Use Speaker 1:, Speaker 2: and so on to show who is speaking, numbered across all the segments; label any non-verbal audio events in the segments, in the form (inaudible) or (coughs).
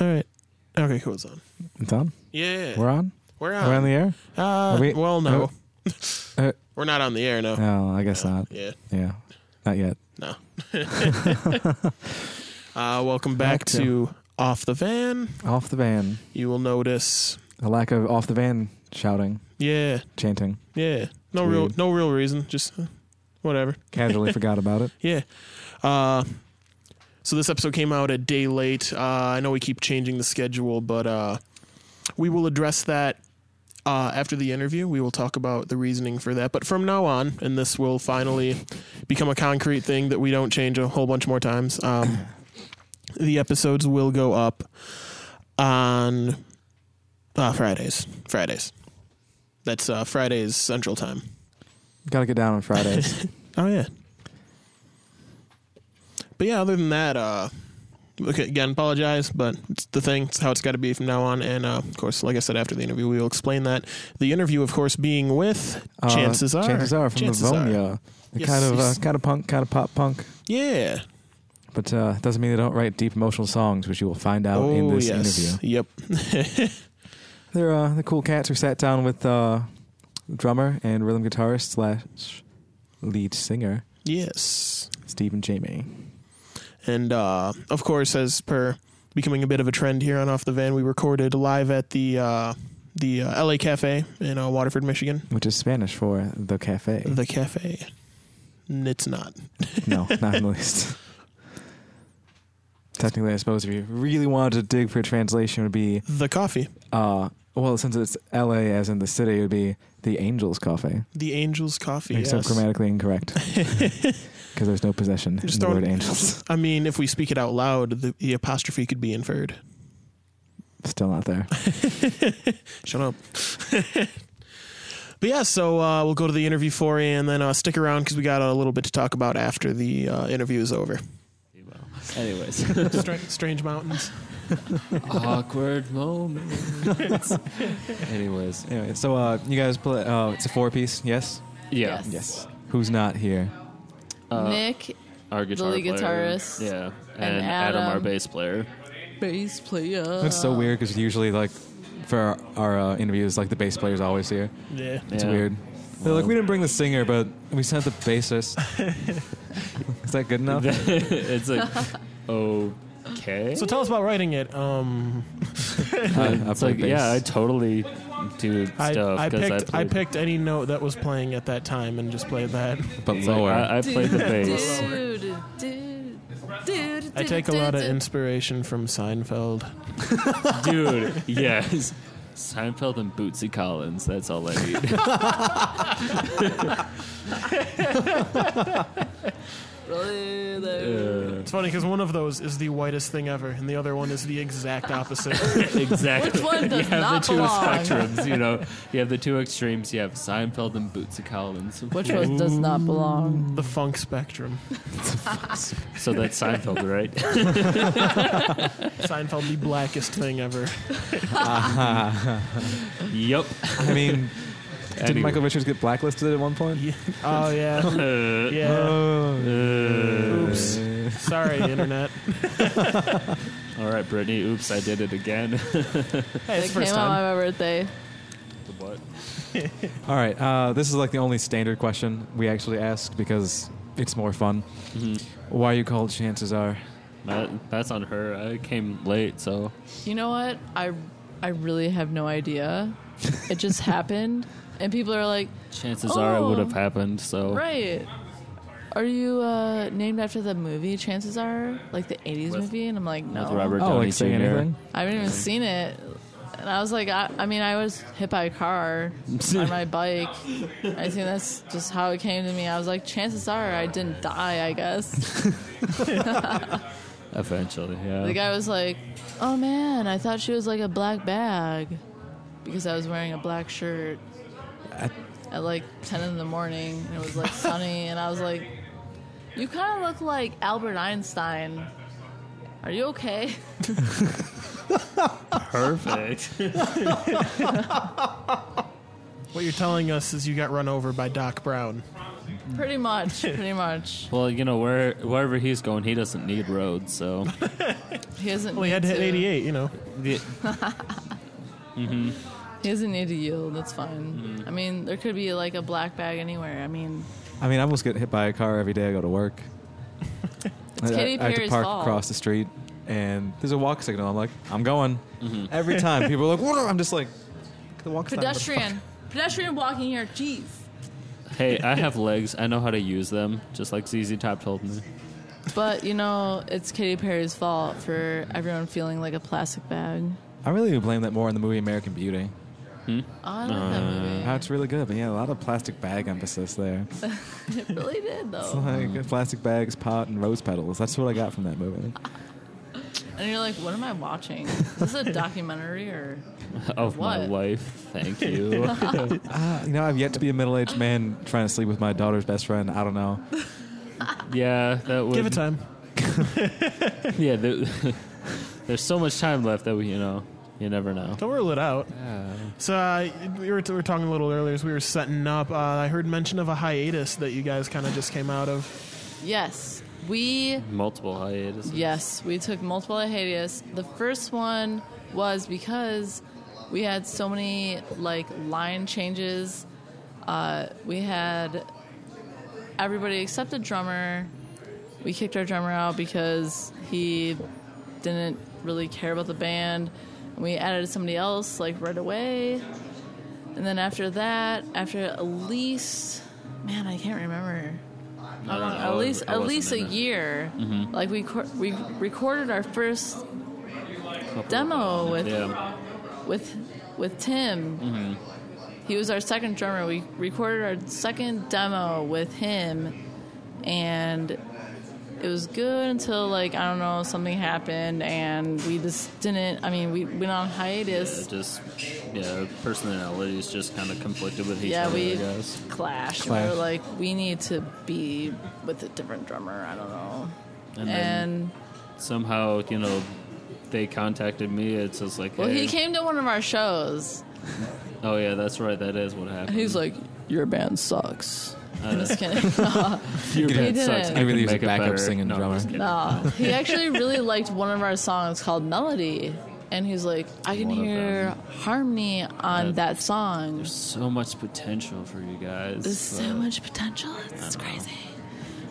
Speaker 1: All right. Okay, cool. It's on.
Speaker 2: It's on.
Speaker 1: Yeah.
Speaker 2: We're on.
Speaker 1: We're
Speaker 2: We're on
Speaker 1: on.
Speaker 2: the air.
Speaker 1: uh,
Speaker 2: we-
Speaker 1: well, no. (laughs)
Speaker 2: Uh,
Speaker 1: We're not on the air, no.
Speaker 2: no, I guess not.
Speaker 1: Oh. Yeah,
Speaker 2: Yeah, not yet.
Speaker 1: no. uh, welcome back
Speaker 2: Back to-
Speaker 1: to Off the Van.
Speaker 2: Off the van.
Speaker 1: You will notice.
Speaker 2: A lack of off the van shouting,
Speaker 1: Yeah,
Speaker 2: chanting.
Speaker 1: yeah. No
Speaker 2: It's
Speaker 1: real,
Speaker 2: weird.
Speaker 1: no real reason. Just uh, whatever. (laughs)
Speaker 2: Casually forgot about it.
Speaker 1: Yeah. Uh, so this episode came out a day late. Uh, I know we keep changing the schedule, but uh, we will address that uh, after the interview. We will talk about the reasoning for that. But from now on, and this will finally become a concrete thing that we don't change a whole bunch more times, um, (coughs) the episodes will go up on uh, Fridays. Fridays. That's uh, Fridays Central Time.
Speaker 2: Gotta get down on Fridays.
Speaker 1: Oh yeah. But yeah, other than that, uh okay, again, apologize, but it's the thing, it's how it's gotta be from now on. And uh, of course, like I said after the interview, we will explain that. The interview, of course, being with
Speaker 2: Uh,
Speaker 1: (laughs) Chances Are.
Speaker 2: chances are from
Speaker 1: Chances
Speaker 2: Livonia, the
Speaker 1: Yes,
Speaker 2: kind of uh,
Speaker 1: yes.
Speaker 2: kind of punk, kind of pop punk.
Speaker 1: Yeah.
Speaker 2: But uh, doesn't mean they don't write deep emotional songs, which you will find out in
Speaker 1: oh
Speaker 2: this
Speaker 1: yes.
Speaker 2: interview.
Speaker 1: Yep.
Speaker 2: They're uh, the cool cats who sat down with uh, drummer and rhythm guitarist slash lead singer
Speaker 1: Yes.
Speaker 2: Stephen Jamie.
Speaker 1: And uh of course, as per becoming a bit of a trend here on Off the Van, we recorded live at the uh the uh, LA Cafe in uh, Waterford, Michigan.
Speaker 2: which is Spanish for the cafe.
Speaker 1: The cafe. It's not.
Speaker 2: no, not in the least. Technically, I suppose if you really wanted to dig for a translation, it would be
Speaker 1: The coffee.
Speaker 2: uh, well, since it's L.A. as in the city, it would be the Angels Cafe,
Speaker 1: The Angels Coffee.
Speaker 2: except
Speaker 1: yes.
Speaker 2: grammatically (laughs) incorrect because there's no possession in
Speaker 1: Just
Speaker 2: the
Speaker 1: throwing-
Speaker 2: word angels.
Speaker 1: I mean, if we speak it out loud, the, the apostrophe could be inferred.
Speaker 2: Still not there.
Speaker 1: Shut (laughs) up. but yeah, so uh, we'll go to the interview for you, and then uh, stick around because we got a little bit to talk about after the uh, interview is (laughs) over.
Speaker 3: Well, anyways,
Speaker 1: Stra- strange mountains.
Speaker 3: awkward moments.
Speaker 4: (laughs)
Speaker 3: anyways,
Speaker 2: Anyway, so uh, you guys play. Uh, it's a four-piece, yes.
Speaker 3: yeah, Uh,
Speaker 4: Yes.
Speaker 2: Who's not here?
Speaker 1: Uh,
Speaker 4: Nick,
Speaker 3: our guitar
Speaker 4: lead
Speaker 3: player,
Speaker 4: guitarist
Speaker 3: yeah, and,
Speaker 4: and
Speaker 3: Adam. our
Speaker 4: Adam.
Speaker 3: bass
Speaker 4: (laughs)
Speaker 3: player.
Speaker 4: bass player.
Speaker 2: That's so weird because usually, like, for our, our uh, interviews, like the bass player's always here.
Speaker 1: Yeah.
Speaker 2: It's
Speaker 3: Yeah.
Speaker 2: weird. They're like, we didn't bring the singer, but we sent the (laughs) bassist. Is that good
Speaker 3: (laughs)
Speaker 2: enough?
Speaker 3: it's like okay.
Speaker 1: So tell us about writing it. Um,
Speaker 2: I- I
Speaker 3: it's
Speaker 2: play
Speaker 3: like
Speaker 2: bass.
Speaker 3: yeah, I totally do stuff
Speaker 1: I, I
Speaker 3: because I,
Speaker 1: picked I,
Speaker 3: played-
Speaker 1: picked any note that was playing at that time and just played that.
Speaker 2: but
Speaker 3: it's like, uh,
Speaker 2: lower.
Speaker 3: I, I played the bass.
Speaker 4: Dude, dude, dude,
Speaker 1: I take a
Speaker 4: dude,
Speaker 1: lot of
Speaker 4: dude.
Speaker 1: inspiration from Seinfeld.
Speaker 3: dude. Yes. Seinfeld and Bootsy Collins. That's all I need.
Speaker 4: (laughs) Really, though.
Speaker 3: Uh,
Speaker 1: It's funny because one of those is the whitest thing ever, and the other one is the exact opposite. (laughs)
Speaker 3: exactly.
Speaker 4: Which one does
Speaker 3: you have
Speaker 4: not
Speaker 3: the two
Speaker 4: belong?
Speaker 3: spectrums. You know, you have the two extremes. You have Seinfeld and Bootsy Collins.
Speaker 4: Which one does not belong?
Speaker 1: the funk spectrum.
Speaker 3: So that's Seinfeld, right?
Speaker 1: Seinfeld, the blackest thing ever.
Speaker 3: yep.
Speaker 2: I mean, did
Speaker 3: Anyway.
Speaker 2: Michael Richards get blacklisted at one point?
Speaker 1: Oh yeah,
Speaker 2: (laughs)
Speaker 3: Uh,
Speaker 1: yeah.
Speaker 3: uh,
Speaker 1: Oops.
Speaker 2: (laughs)
Speaker 1: Sorry, internet.
Speaker 3: All right, Brittany. Oops, I did it
Speaker 5: (laughs)
Speaker 3: again.
Speaker 1: Hey, it's
Speaker 4: it came
Speaker 1: first
Speaker 4: out
Speaker 1: time.
Speaker 4: on my birthday.
Speaker 3: what?
Speaker 2: All right. Uh, this is like the only standard question we actually ask because it's more fun.
Speaker 3: Mm-hmm.
Speaker 2: Why you called? Chances are.
Speaker 3: That, that's on her. I came late, so
Speaker 4: You know what? I, I really have no idea. It
Speaker 1: (laughs)
Speaker 4: just happened, and people are like,
Speaker 3: chances are it
Speaker 4: Oh.
Speaker 3: would have happened. So
Speaker 4: right. Are you uh, named after the movie? Chances are, like the '80s
Speaker 3: With-
Speaker 4: movie, and I'm like, no.
Speaker 3: with Robert
Speaker 2: Oh,
Speaker 3: Downey
Speaker 2: like say
Speaker 3: Jr..
Speaker 2: anything.
Speaker 4: I haven't even seen it. And I was like, I, I mean, I was hit by a car
Speaker 1: (laughs)
Speaker 4: on my bike. I think that's just how it came to me. I was like, chances are I didn't die,
Speaker 1: (laughs)
Speaker 4: I guess.
Speaker 3: eventually, yeah.
Speaker 4: The guy was like, oh man, I thought she was like a black bag because I was wearing a black shirt at like 10 in the morning and it was like
Speaker 1: (laughs)
Speaker 4: sunny. And I was like, you kind of look like Albert Einstein. Are you okay? (laughs)
Speaker 3: Perfect.
Speaker 1: What you're telling us is you got run over by Doc Brown.
Speaker 4: Pretty
Speaker 1: (laughs)
Speaker 4: much, pretty much.
Speaker 5: Well, you know, where wherever he's going, he doesn't need roads. So
Speaker 4: He doesn't.
Speaker 1: Well, he had
Speaker 4: need
Speaker 1: to hit
Speaker 4: to-
Speaker 1: 88, you know.
Speaker 5: The-
Speaker 4: He doesn't need to yield. That's fine. I mean, there could be like a black bag anywhere. I mean,
Speaker 2: I mean, I almost get hit by a car every day I go to work.
Speaker 4: (laughs) It's
Speaker 2: I,
Speaker 4: Katy
Speaker 2: I, I have to
Speaker 4: Perry's
Speaker 2: park
Speaker 4: fault.
Speaker 2: across the street, and there's a walk signal. I'm like, I'm going. Every time people are like, "Whoa," I'm just like, the walk sign,
Speaker 4: pedestrian, (laughs) pedestrian walking here. Jeez.
Speaker 5: hey, I have legs. I know how to use them, just like ZZ Top told me.
Speaker 4: But you know, it's Katy Perry's fault for everyone feeling like a plastic bag.
Speaker 2: motherfucker." I really would blame that more on the movie American Beauty.
Speaker 4: Oh, I like that movie.
Speaker 2: How it's really good, but yeah, a lot of plastic bag emphasis
Speaker 4: (laughs)
Speaker 2: there.
Speaker 4: It really did
Speaker 2: It's
Speaker 4: though.
Speaker 2: like plastic bags, pot, and rose petals. That's what I got from that movie.
Speaker 4: And you're like, what am I watching? Is this a documentary or?
Speaker 5: Of my
Speaker 4: What?
Speaker 5: life, thank you.
Speaker 2: Uh, you know, I've yet to be a middle-aged man trying to sleep with my daughter's best friend. I don't know.
Speaker 5: yeah, that would.
Speaker 1: Give it time.
Speaker 5: (laughs) Yeah, there, (laughs) there's so much time left that we, you know, you never know.
Speaker 1: Don't rule it out. So uh, we, were, we were talking a little earlier as we were setting up. Uh, I heard mention of a hiatus that you guys kind of just came out of.
Speaker 4: Yes, we
Speaker 5: Multiple hiatuses.
Speaker 4: Yes, we took multiple hiatus. The first one was because we had so many like line changes. Uh, we had everybody except the drummer. We kicked our drummer out because he didn't really care about the band. And we added somebody else like right away. And then after that, after at least, man, I can't remember.
Speaker 5: I don't know.
Speaker 4: At least,
Speaker 5: I
Speaker 4: at
Speaker 5: wasn't
Speaker 4: least a
Speaker 5: in Mm-hmm. it.
Speaker 4: year. Like we cor- we recorded our first demo with
Speaker 5: Yeah, Mm-hmm.
Speaker 4: with with Tim. He was our second drummer. We recorded our second demo with him, and it was good until like I don't know something happened, and we just didn't. I mean, we went on
Speaker 5: it
Speaker 4: hiatus.
Speaker 5: just yeah, personalities just kind of conflicted with each
Speaker 4: Yeah,
Speaker 5: other.
Speaker 4: we
Speaker 5: I guess.
Speaker 4: clashed.
Speaker 2: Clash.
Speaker 4: We were like, we need to be with a different drummer. I don't know.
Speaker 5: And
Speaker 4: And,
Speaker 5: then- somehow, you know, they contacted me. It's just like,
Speaker 4: well,
Speaker 5: hey,
Speaker 4: he came to one of our shows.
Speaker 5: oh yeah, that's right. That is what happened.
Speaker 4: He's like, your band sucks.
Speaker 5: Uh.
Speaker 4: I'm just kidding.
Speaker 5: (laughs) your band
Speaker 4: didn't.
Speaker 5: sucks.
Speaker 4: I
Speaker 5: You
Speaker 2: really
Speaker 5: can
Speaker 2: use a
Speaker 5: make it
Speaker 2: backup
Speaker 5: better."
Speaker 2: singing
Speaker 5: no, I'm
Speaker 2: drummer.
Speaker 5: just kidding.
Speaker 4: No, he actually really liked one of our songs called Melody. And he's like, I can
Speaker 5: One of
Speaker 4: hear
Speaker 5: them.
Speaker 4: harmony on that song.
Speaker 5: So much potential for you guys.
Speaker 4: There's so
Speaker 5: but
Speaker 4: much potential. It's crazy.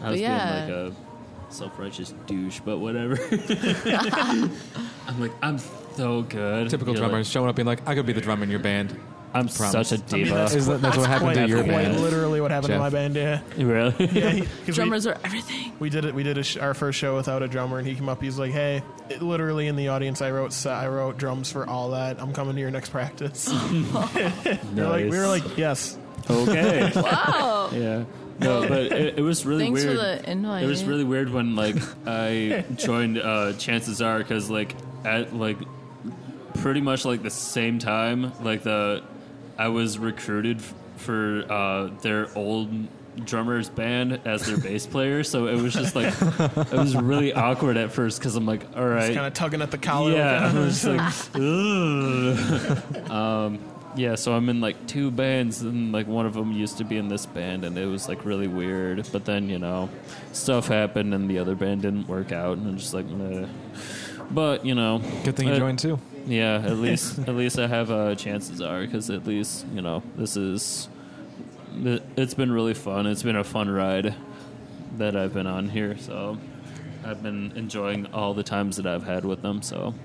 Speaker 5: I was
Speaker 4: yeah.
Speaker 5: being like a self-righteous douche, but
Speaker 4: (laughs)
Speaker 5: whatever. (laughs) I'm like, I'm so good.
Speaker 2: Typical
Speaker 5: You're
Speaker 2: drummer
Speaker 5: like,
Speaker 2: showing up being like, "I could be the drummer in your band."
Speaker 5: I'm
Speaker 2: Promise.
Speaker 5: such a
Speaker 2: I
Speaker 1: mean,
Speaker 5: diva.
Speaker 2: Is that, that's what happened
Speaker 1: Quite,
Speaker 2: to your
Speaker 1: quite
Speaker 2: band.
Speaker 1: literally what happened to
Speaker 2: Jeff.
Speaker 1: my band, yeah.
Speaker 2: (laughs)
Speaker 5: (laughs) really?
Speaker 1: yeah he- 'cause we-
Speaker 4: Drummers are everything.
Speaker 1: We did it. We did a sh- our first show without a drummer, and he came up. He's like, "Hey, it, literally in the audience, I wrote I wrote drums for all that. I'm coming to your next
Speaker 5: (gasps)
Speaker 1: practice." we, were like, we were like, "Yes, (laughs)
Speaker 5: okay,
Speaker 4: Wow.
Speaker 5: yeah. No, but it, it was really
Speaker 4: Thanks for
Speaker 5: weird.
Speaker 4: the invite.
Speaker 5: It was really weird
Speaker 1: (laughs)
Speaker 5: when like I joined. Uh, chances are, because like at like pretty much like the same time, like the I was recruited f- for uh, their old drummer's band as their bass player. So it was just like it was really awkward at first because I'm like, all right,
Speaker 1: kind of tugging at the collar."
Speaker 5: yeah,
Speaker 1: like
Speaker 5: I was like, Ugh. um, yeah. So I'm in like two bands, and like one of them used to be in this band, and it was like really weird. But then you know, stuff happened, and the other band didn't work out, and I'm just like, Meh. but you know,
Speaker 2: Good thing you
Speaker 5: I-
Speaker 2: joined too.
Speaker 5: Yeah, at least at least I have uh, chances are because at least you know this is. th- It's been really fun. It's been a fun ride that I've been on here. So I've been enjoying all the times that I've had with them. So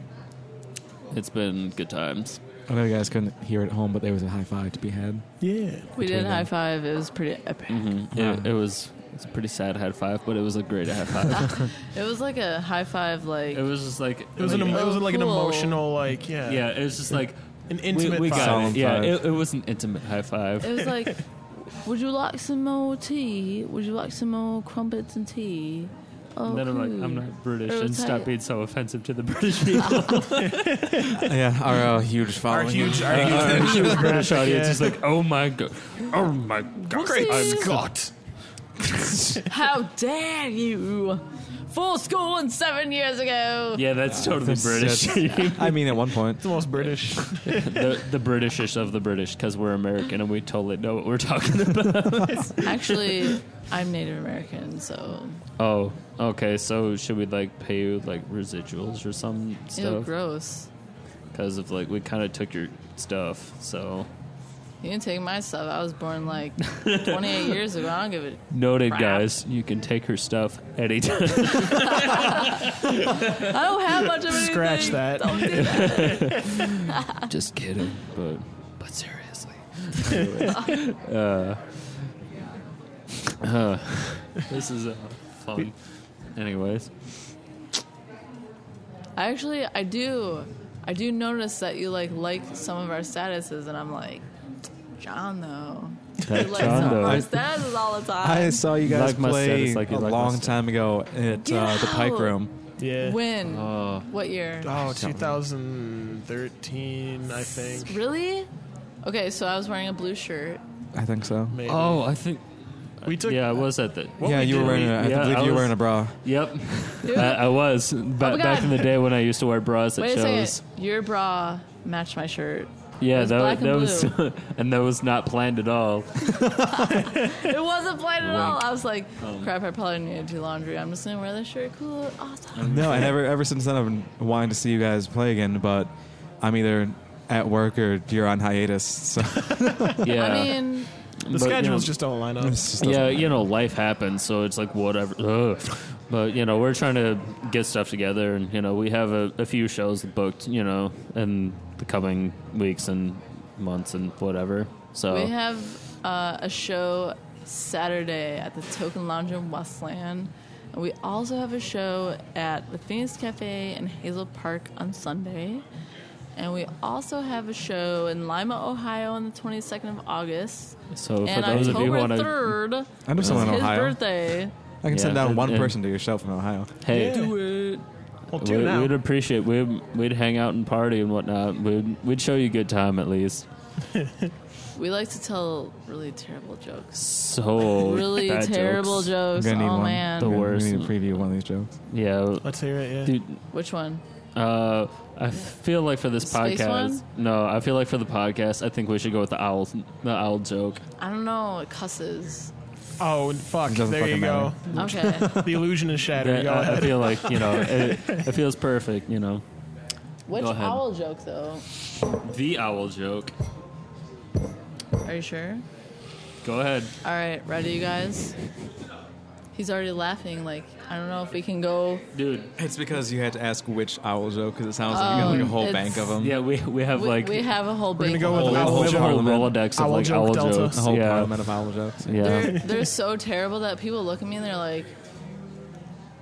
Speaker 5: it's been good times.
Speaker 2: I know you guys couldn't hear it at home, but there was a high five to be had.
Speaker 1: "Yeah."
Speaker 4: We did high five. It was pretty epic.
Speaker 5: Mm-hmm. It, it was it's a pretty sad high five, but it was a great high five.
Speaker 4: It was like a high five, like,
Speaker 5: it was just like
Speaker 1: It was an
Speaker 5: like,
Speaker 1: em- it was
Speaker 4: Oh,
Speaker 1: like an
Speaker 4: cool.
Speaker 1: emotional like yeah
Speaker 5: yeah. It was just like
Speaker 1: an intimate
Speaker 5: we, we
Speaker 1: vibe.
Speaker 5: got
Speaker 2: Solemn
Speaker 5: it. Yeah,
Speaker 2: five.
Speaker 5: it, it was an intimate high five.
Speaker 4: it was like,
Speaker 5: (laughs)
Speaker 4: would you like some more tea? Would you like some more crumpets and tea? Oh,
Speaker 5: And then I'm
Speaker 4: cool.
Speaker 5: like, I'm not British,
Speaker 4: It
Speaker 5: and
Speaker 4: was
Speaker 5: stop
Speaker 4: tight.
Speaker 5: being so offensive to the (laughs) British people.
Speaker 2: (laughs) yeah, our uh, huge
Speaker 1: Our
Speaker 2: following.
Speaker 1: huge, our huge,
Speaker 5: Our huge British audience
Speaker 1: Yeah.
Speaker 5: is like, oh my god, oh my god,
Speaker 1: great
Speaker 4: I'm-
Speaker 1: Scott.
Speaker 4: How dare you? full school in seven years ago.
Speaker 5: Yeah, that's totally British.
Speaker 2: (laughs) I mean, at one point.
Speaker 1: the most British.
Speaker 5: (laughs) the the Britishish of the British because we're American and we totally know what we're talking about.
Speaker 4: Actually, I'm Native American, so
Speaker 5: (laughs) oh, okay. So should we like pay you like residuals or some
Speaker 4: ew,
Speaker 5: stuff?
Speaker 4: gross.
Speaker 5: Because of like we kind of took your stuff, so
Speaker 4: You can take my stuff. I was
Speaker 5: (laughs)
Speaker 4: born like 28 years ago. I don't give a
Speaker 5: noted,
Speaker 4: Crap.
Speaker 5: guys. You can take her stuff
Speaker 4: (laughs)
Speaker 5: anytime. (laughs)
Speaker 4: I don't have much of anything.
Speaker 1: Scratch that.
Speaker 4: Don't do that.
Speaker 5: Just kidding, but but
Speaker 4: (laughs)
Speaker 5: seriously. uh, uh, (laughs) this is uh, fun. Anyways,
Speaker 4: I actually, I do, I do notice that you like like some of our statuses, and I'm like, John though.
Speaker 5: that
Speaker 4: You like some of our statuses all the
Speaker 2: I
Speaker 4: time.
Speaker 2: saw you guys
Speaker 5: Like my
Speaker 2: play
Speaker 5: status, like you
Speaker 2: a
Speaker 5: like my
Speaker 2: long
Speaker 5: status.
Speaker 2: time ago at
Speaker 4: Get
Speaker 2: uh, the Pike
Speaker 4: out.
Speaker 2: Room.
Speaker 1: Yeah.
Speaker 4: when?
Speaker 5: Oh.
Speaker 4: what year?
Speaker 1: Oh, 2013, I think.
Speaker 4: Really? Okay, so I was wearing a blue shirt.
Speaker 2: I think so.
Speaker 1: Maybe.
Speaker 5: oh, I think
Speaker 1: we took.
Speaker 5: yeah, I was at the.
Speaker 1: What
Speaker 2: yeah,
Speaker 1: we
Speaker 2: you were
Speaker 1: did,
Speaker 2: wearing.
Speaker 1: we-
Speaker 2: a, I
Speaker 5: yeah,
Speaker 2: believe
Speaker 5: I
Speaker 2: you were
Speaker 5: was-
Speaker 2: wearing a bra.
Speaker 4: (laughs)
Speaker 5: Yep,
Speaker 4: Dude,
Speaker 5: I, I was ba-
Speaker 4: Oh my
Speaker 5: back in the
Speaker 4: God.
Speaker 5: day when I used to wear bras at
Speaker 4: wait a
Speaker 5: shows.
Speaker 4: second. Your bra matched my shirt.
Speaker 5: Yeah,
Speaker 4: was
Speaker 5: that,
Speaker 4: black
Speaker 5: that
Speaker 4: and
Speaker 5: was, (laughs) and that was not planned at all.
Speaker 4: It wasn't planned at all.
Speaker 5: Wink.
Speaker 4: I was like,
Speaker 5: Um,
Speaker 4: crap, I probably need to do laundry. I'm just gonna wear this shirt. Cool, awesome.
Speaker 2: No, and ever ever since then I've been wanting to see you guys play again, but I'm either at work or you're on hiatus. So
Speaker 5: Yeah,
Speaker 4: (laughs) I mean,
Speaker 1: the
Speaker 5: but, you know,
Speaker 1: schedules just don't line up.
Speaker 2: it's just
Speaker 5: yeah, you know, life happens, so it's like whatever. Ugh. But you know, we're trying to get stuff together, and you know, we have a, a few shows booked, you know, in the coming weeks and months and whatever. So
Speaker 4: we have uh, a show Saturday at the Token Lounge in Westland. And we also have a show at the Phoenix Cafe in Hazel Park on Sunday. And we also have a show in Lima, Ohio on the 22nd of August.
Speaker 5: so for
Speaker 4: and
Speaker 5: those of you who
Speaker 4: October
Speaker 5: want to,
Speaker 4: 3rd
Speaker 2: I know
Speaker 4: is
Speaker 2: someone in
Speaker 4: his
Speaker 2: Ohio.
Speaker 4: birthday.
Speaker 2: I can send
Speaker 5: Yeah,
Speaker 2: down one
Speaker 5: and-
Speaker 2: person to your show from Ohio.
Speaker 5: hey,
Speaker 1: Yeah.
Speaker 5: do it.
Speaker 1: Well, do
Speaker 5: We,
Speaker 1: now.
Speaker 5: would appreciate. We'd we'd hang out and party and whatnot. We'd we'd show you a good time at least.
Speaker 4: We like to tell really terrible jokes.
Speaker 5: So
Speaker 4: (laughs) Really
Speaker 5: Oh, bad
Speaker 4: terrible
Speaker 5: jokes.
Speaker 2: I'm
Speaker 4: jokes.
Speaker 2: gonna need
Speaker 4: Oh
Speaker 2: one.
Speaker 4: man.
Speaker 5: The
Speaker 2: We-
Speaker 5: worst.
Speaker 2: We need to preview one of these jokes.
Speaker 5: Yeah,
Speaker 1: Let's hear it. Yeah.
Speaker 5: dude.
Speaker 4: Which one?
Speaker 5: Uh, I feel like for this
Speaker 4: Space
Speaker 5: podcast,
Speaker 4: one?
Speaker 5: no, I feel like for the podcast, I think we should go with the owl, the owl joke.
Speaker 4: I don't know. It cusses.
Speaker 1: Oh fuck!
Speaker 2: It doesn't
Speaker 1: There you
Speaker 2: fucking
Speaker 1: go.
Speaker 4: Okay.
Speaker 1: The illusion is
Speaker 5: That-
Speaker 1: shattered. Go
Speaker 5: I, I
Speaker 1: ahead.
Speaker 5: feel like
Speaker 1: (laughs)
Speaker 5: you know, it, it feels perfect. You know,
Speaker 4: Which
Speaker 5: Go ahead.
Speaker 4: owl joke though?
Speaker 5: the owl joke.
Speaker 4: Are you sure?
Speaker 5: Go ahead.
Speaker 4: All right, ready, you guys? He's already laughing. Like I don't know if we can go.
Speaker 5: Dude,
Speaker 2: It's because you had to ask which owl joke because it sounds like you got like a
Speaker 4: Um,
Speaker 2: whole
Speaker 4: it's-
Speaker 2: bank of them.
Speaker 5: yeah, we we have
Speaker 4: We,
Speaker 5: like
Speaker 4: we have a whole. We're
Speaker 1: gonna go with
Speaker 2: Oh,
Speaker 5: we have a
Speaker 1: Owl
Speaker 5: whole
Speaker 1: joke.
Speaker 5: rolodex of
Speaker 1: Owl
Speaker 5: like
Speaker 1: joke
Speaker 5: owl
Speaker 1: delta.
Speaker 2: A
Speaker 5: jokes.
Speaker 2: whole
Speaker 5: Yeah,
Speaker 2: parliament of owl jokes.
Speaker 5: yeah.
Speaker 4: They're, they're so terrible that people look at me and they're like,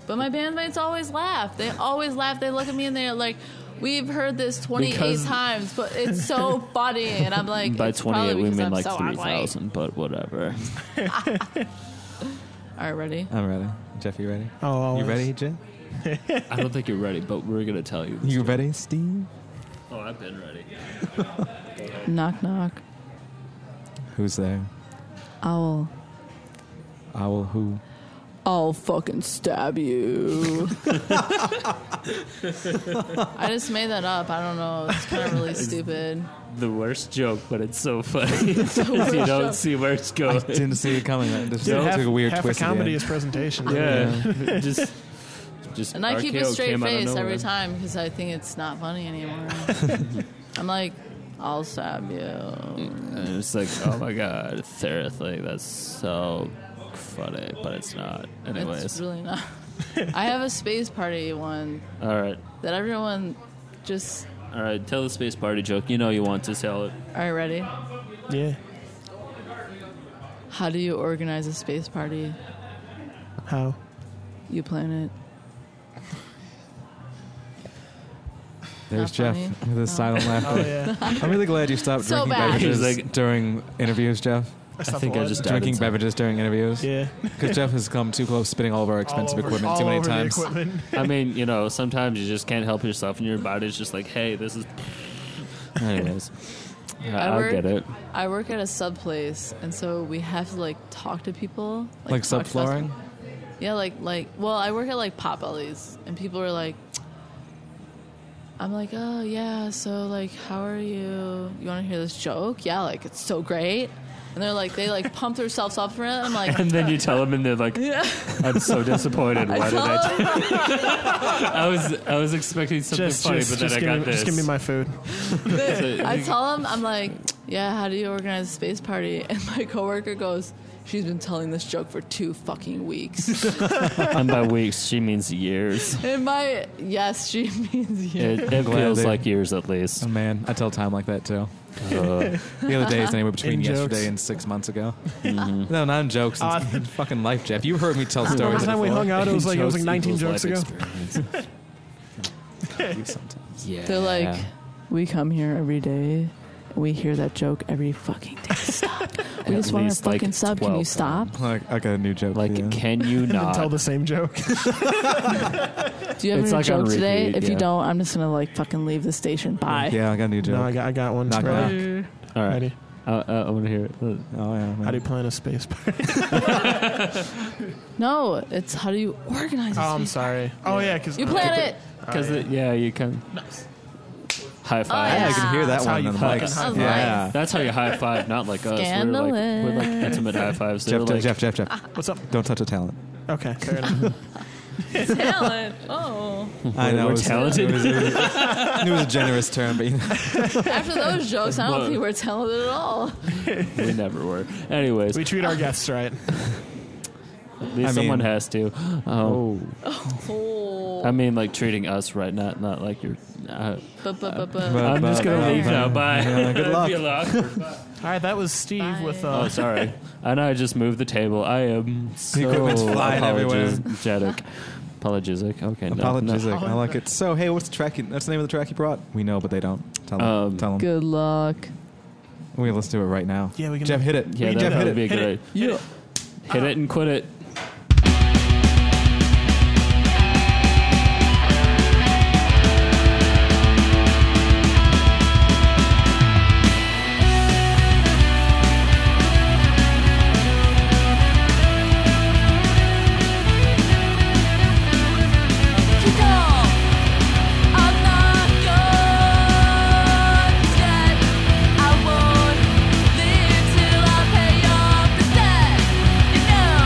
Speaker 4: but my bandmates always laugh. They always laugh. They look at me and they're like, we've heard this 28
Speaker 5: Because-
Speaker 4: times, but
Speaker 5: (laughs)
Speaker 4: it's so funny. And I'm like,
Speaker 5: By
Speaker 4: it's probably
Speaker 5: twenty-eight, we
Speaker 4: because
Speaker 5: mean
Speaker 4: I'm
Speaker 5: like
Speaker 4: so
Speaker 5: three
Speaker 4: ugly."
Speaker 5: thousand, but whatever.
Speaker 4: All right, ready?
Speaker 2: I'm ready. Jeff, you ready?
Speaker 1: Oh, always.
Speaker 2: you ready, Jeff?
Speaker 5: I don't think you're ready, but we're gonna tell you.
Speaker 2: You ready, Steve?
Speaker 5: Oh, I've been ready.
Speaker 4: Knock, knock.
Speaker 2: Who's there?
Speaker 4: Owl.
Speaker 2: Owl
Speaker 1: (laughs)
Speaker 2: who?
Speaker 4: I'll fucking stab (laughs) you. I just made that up. I don't know. It's kind of really stupid.
Speaker 5: The worst joke, but it's so (laughs) funny.
Speaker 4: (laughs)
Speaker 5: you don't see where it's going.
Speaker 2: Didn't see it coming. That just
Speaker 1: Dude, half,
Speaker 2: took a weird
Speaker 1: half
Speaker 2: twist.
Speaker 1: a
Speaker 2: at the
Speaker 1: comedy
Speaker 2: end.
Speaker 1: is presentation.
Speaker 5: Yeah, (laughs) just just.
Speaker 4: And I keep a
Speaker 5: RKO
Speaker 4: straight
Speaker 5: came out of
Speaker 4: face
Speaker 5: nowhere.
Speaker 4: every time because I think it's not
Speaker 5: (laughs)
Speaker 4: funny anymore. I'm like, I'll stab you.
Speaker 5: And it's like, oh my god, Sarah thing. That's so funny, but it's not. Anyways,
Speaker 4: It's really not. I have a space party one
Speaker 5: all right,
Speaker 4: that everyone just.
Speaker 5: all right. Tell the space party joke. You know you want to tell it.
Speaker 4: All right, ready?
Speaker 1: Yeah.
Speaker 4: How do you organize a space party?
Speaker 1: How?
Speaker 4: You plan it.
Speaker 2: There's
Speaker 4: Not
Speaker 2: Jeff
Speaker 4: funny.
Speaker 2: with his silent
Speaker 4: (laughs)
Speaker 1: Oh
Speaker 2: laughter.
Speaker 1: yeah.
Speaker 2: I'm really glad you stopped
Speaker 4: So
Speaker 2: drinking
Speaker 4: bad.
Speaker 2: beverages
Speaker 5: He's like-
Speaker 2: during interviews, Jeff.
Speaker 5: I think I just died
Speaker 2: Drinking
Speaker 5: inside.
Speaker 2: beverages during interviews.
Speaker 1: Yeah.
Speaker 2: Because Jeff has come too close spitting all of our expensive
Speaker 1: All over-
Speaker 2: equipment
Speaker 1: all
Speaker 2: too many
Speaker 1: over the
Speaker 2: times.
Speaker 1: equipment.
Speaker 5: I mean, you know, sometimes you just can't help yourself, and your body's just like, hey, this
Speaker 4: (laughs)
Speaker 5: is. Anyways, I,
Speaker 4: I
Speaker 5: I'll
Speaker 4: work-
Speaker 5: get it.
Speaker 4: I work at a sub place, and so we have to like talk to people.
Speaker 2: Like
Speaker 4: talk to us-
Speaker 2: subflooring?
Speaker 4: Yeah, like like well, I work at like Pop Bellies, and people are like, I'm like, oh yeah, so like, how are you? You want to hear this joke? Yeah, like it's so great. And they're like,
Speaker 3: (laughs)
Speaker 4: they like pump themselves up for it. I'm like, (laughs)
Speaker 3: And then you tell them, and they're like,
Speaker 4: yeah.
Speaker 3: "I'm so disappointed. Why did I?"
Speaker 4: Well,
Speaker 3: I was I was expecting something
Speaker 1: Just,
Speaker 3: funny,
Speaker 1: just,
Speaker 3: but then
Speaker 1: just
Speaker 3: I
Speaker 1: give
Speaker 3: got
Speaker 1: me,
Speaker 3: this.
Speaker 1: just give me my food.
Speaker 4: (laughs) I tell them, I'm like, yeah, how do you organize a space party? (laughs) And my coworker goes, she's been telling this joke for two fucking weeks. (laughs)
Speaker 5: And by weeks, she
Speaker 1: (laughs)
Speaker 5: means years.
Speaker 4: and my, yes, she (laughs) means you.
Speaker 5: It, it feels
Speaker 2: dude.
Speaker 5: like years at least.
Speaker 2: Oh man, I tell time like that too.
Speaker 5: Uh,
Speaker 2: The other day is anywhere between
Speaker 1: In jokes.
Speaker 2: yesterday and six months ago. No, not in jokes. in fucking life, Jeff. You heard me tell
Speaker 1: The
Speaker 2: stories.
Speaker 1: last time we
Speaker 2: before.
Speaker 1: hung out, it was like it was like 19
Speaker 5: equals
Speaker 1: jokes ago.
Speaker 5: life
Speaker 1: (laughs)
Speaker 5: experience.
Speaker 2: You sometimes.
Speaker 5: yeah.
Speaker 4: They're like, we come here every day. We hear that joke every fucking day. (laughs) Stop. We
Speaker 5: At
Speaker 4: just want a
Speaker 5: least, like,
Speaker 4: fucking sub. Can you
Speaker 5: 12
Speaker 4: stop?
Speaker 2: Like I got a new joke.
Speaker 5: Like,
Speaker 2: for you.
Speaker 5: can you
Speaker 1: And then (laughs) tell
Speaker 5: not?
Speaker 1: the same joke.
Speaker 4: Do you
Speaker 5: It's
Speaker 4: have any
Speaker 5: like on
Speaker 4: joke today?
Speaker 5: repeat,
Speaker 4: If you
Speaker 5: yeah.
Speaker 4: don't, I'm just gonna like fucking leave the station. Bye.
Speaker 2: Yeah, I got a new joke.
Speaker 1: no, I got I got one.
Speaker 2: Knock,
Speaker 1: Ready?
Speaker 2: knock.
Speaker 5: All right,
Speaker 1: Ready?
Speaker 5: I, I want to hear it.
Speaker 2: oh yeah. man.
Speaker 1: How do you plan a space party?
Speaker 4: No, it's how do you organize?
Speaker 1: Oh,
Speaker 4: a
Speaker 1: I'm
Speaker 4: space-
Speaker 1: sorry. Oh yeah, because
Speaker 4: You
Speaker 1: (laughs)
Speaker 4: plan it.
Speaker 5: Because yeah, you can. High five.
Speaker 4: yeah.
Speaker 2: I can hear that
Speaker 1: That's how
Speaker 2: one
Speaker 1: you
Speaker 2: on the
Speaker 1: fucking
Speaker 2: mics.
Speaker 4: high five.
Speaker 2: Yeah.
Speaker 5: That's how you high five, not like us. We're like, we're like
Speaker 4: Scandalous.
Speaker 5: intimate high fives. They're
Speaker 2: Jeff,
Speaker 5: like,
Speaker 2: Jeff, Jeff, Jeff, Jeff.
Speaker 1: What's up?
Speaker 2: Don't touch a talent.
Speaker 1: Okay, fair enough.
Speaker 4: Talent. Oh.
Speaker 1: Mm-hmm.
Speaker 2: I know.
Speaker 5: we're
Speaker 2: it was-
Speaker 5: talented.
Speaker 2: It was, it was- it was a generous term, but you
Speaker 1: (laughs)
Speaker 2: know,
Speaker 4: After those jokes, I don't think we're talented at all.
Speaker 5: we never were. Anyways,
Speaker 1: we treat our guests right.
Speaker 5: at least
Speaker 2: I
Speaker 5: someone
Speaker 2: mean-
Speaker 5: has to. Oh,
Speaker 4: Oh.
Speaker 5: I mean, like treating us right, not not like your. Uh,
Speaker 4: Bu-bu-bu-bu.
Speaker 2: Well,
Speaker 5: I'm just gonna
Speaker 2: Bye.
Speaker 5: leave (laughs) now. Bye.
Speaker 2: Yeah, good luck.
Speaker 5: Feel awkward. Bye.
Speaker 1: All right, that was Steve
Speaker 4: Bye.
Speaker 1: with
Speaker 5: (laughs) Oh,
Speaker 1: uh,
Speaker 5: sorry. And I just moved the table. I am so
Speaker 2: equipment's flying everywhere.
Speaker 5: apologetic. Apologistic. Okay, no,
Speaker 2: apologetic.
Speaker 1: no.
Speaker 2: I like it. So, hey, what's the track? You, that's the name of the track you brought. We know, but they don't. Tell them.
Speaker 5: Um,
Speaker 2: tell them.
Speaker 4: Good luck.
Speaker 2: We let's do it right now.
Speaker 1: Yeah, we can-
Speaker 2: Jeff, hit it.
Speaker 5: No. Yeah,
Speaker 2: Jeff,
Speaker 5: that
Speaker 2: hit
Speaker 5: would
Speaker 2: it.
Speaker 5: be a
Speaker 1: Hit
Speaker 5: good
Speaker 1: it.
Speaker 5: idea.
Speaker 1: Hit it.
Speaker 5: Hit it and quit it.
Speaker 6: I won't live till I pay off the debt. You know,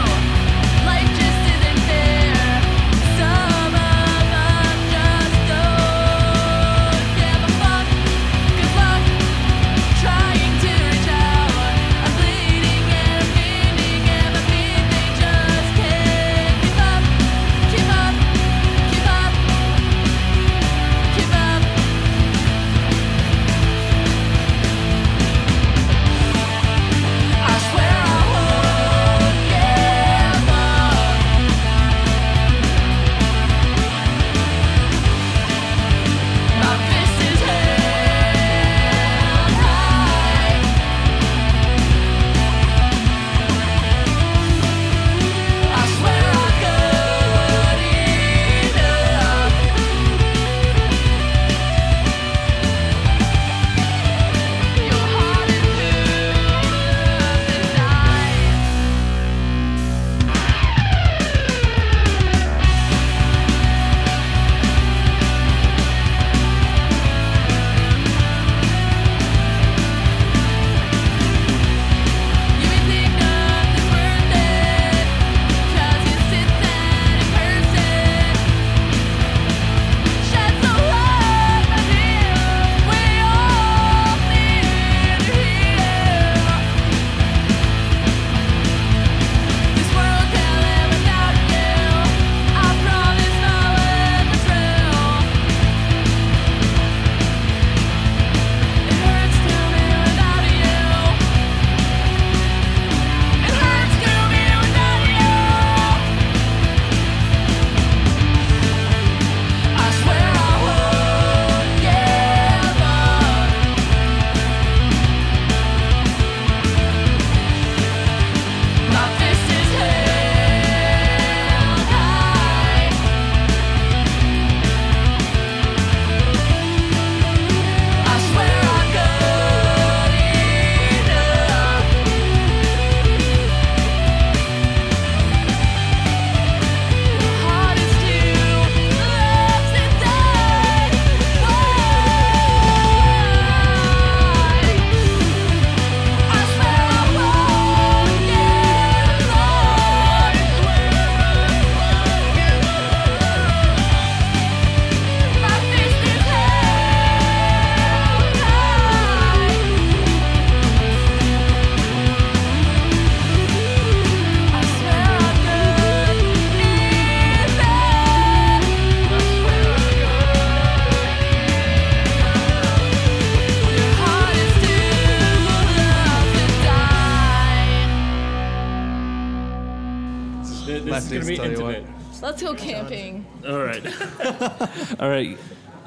Speaker 5: gonna
Speaker 7: Wednesdays.
Speaker 5: be
Speaker 7: Tell you what.
Speaker 5: intimate.
Speaker 4: Let's go camping.
Speaker 5: All right. (laughs)
Speaker 8: All right.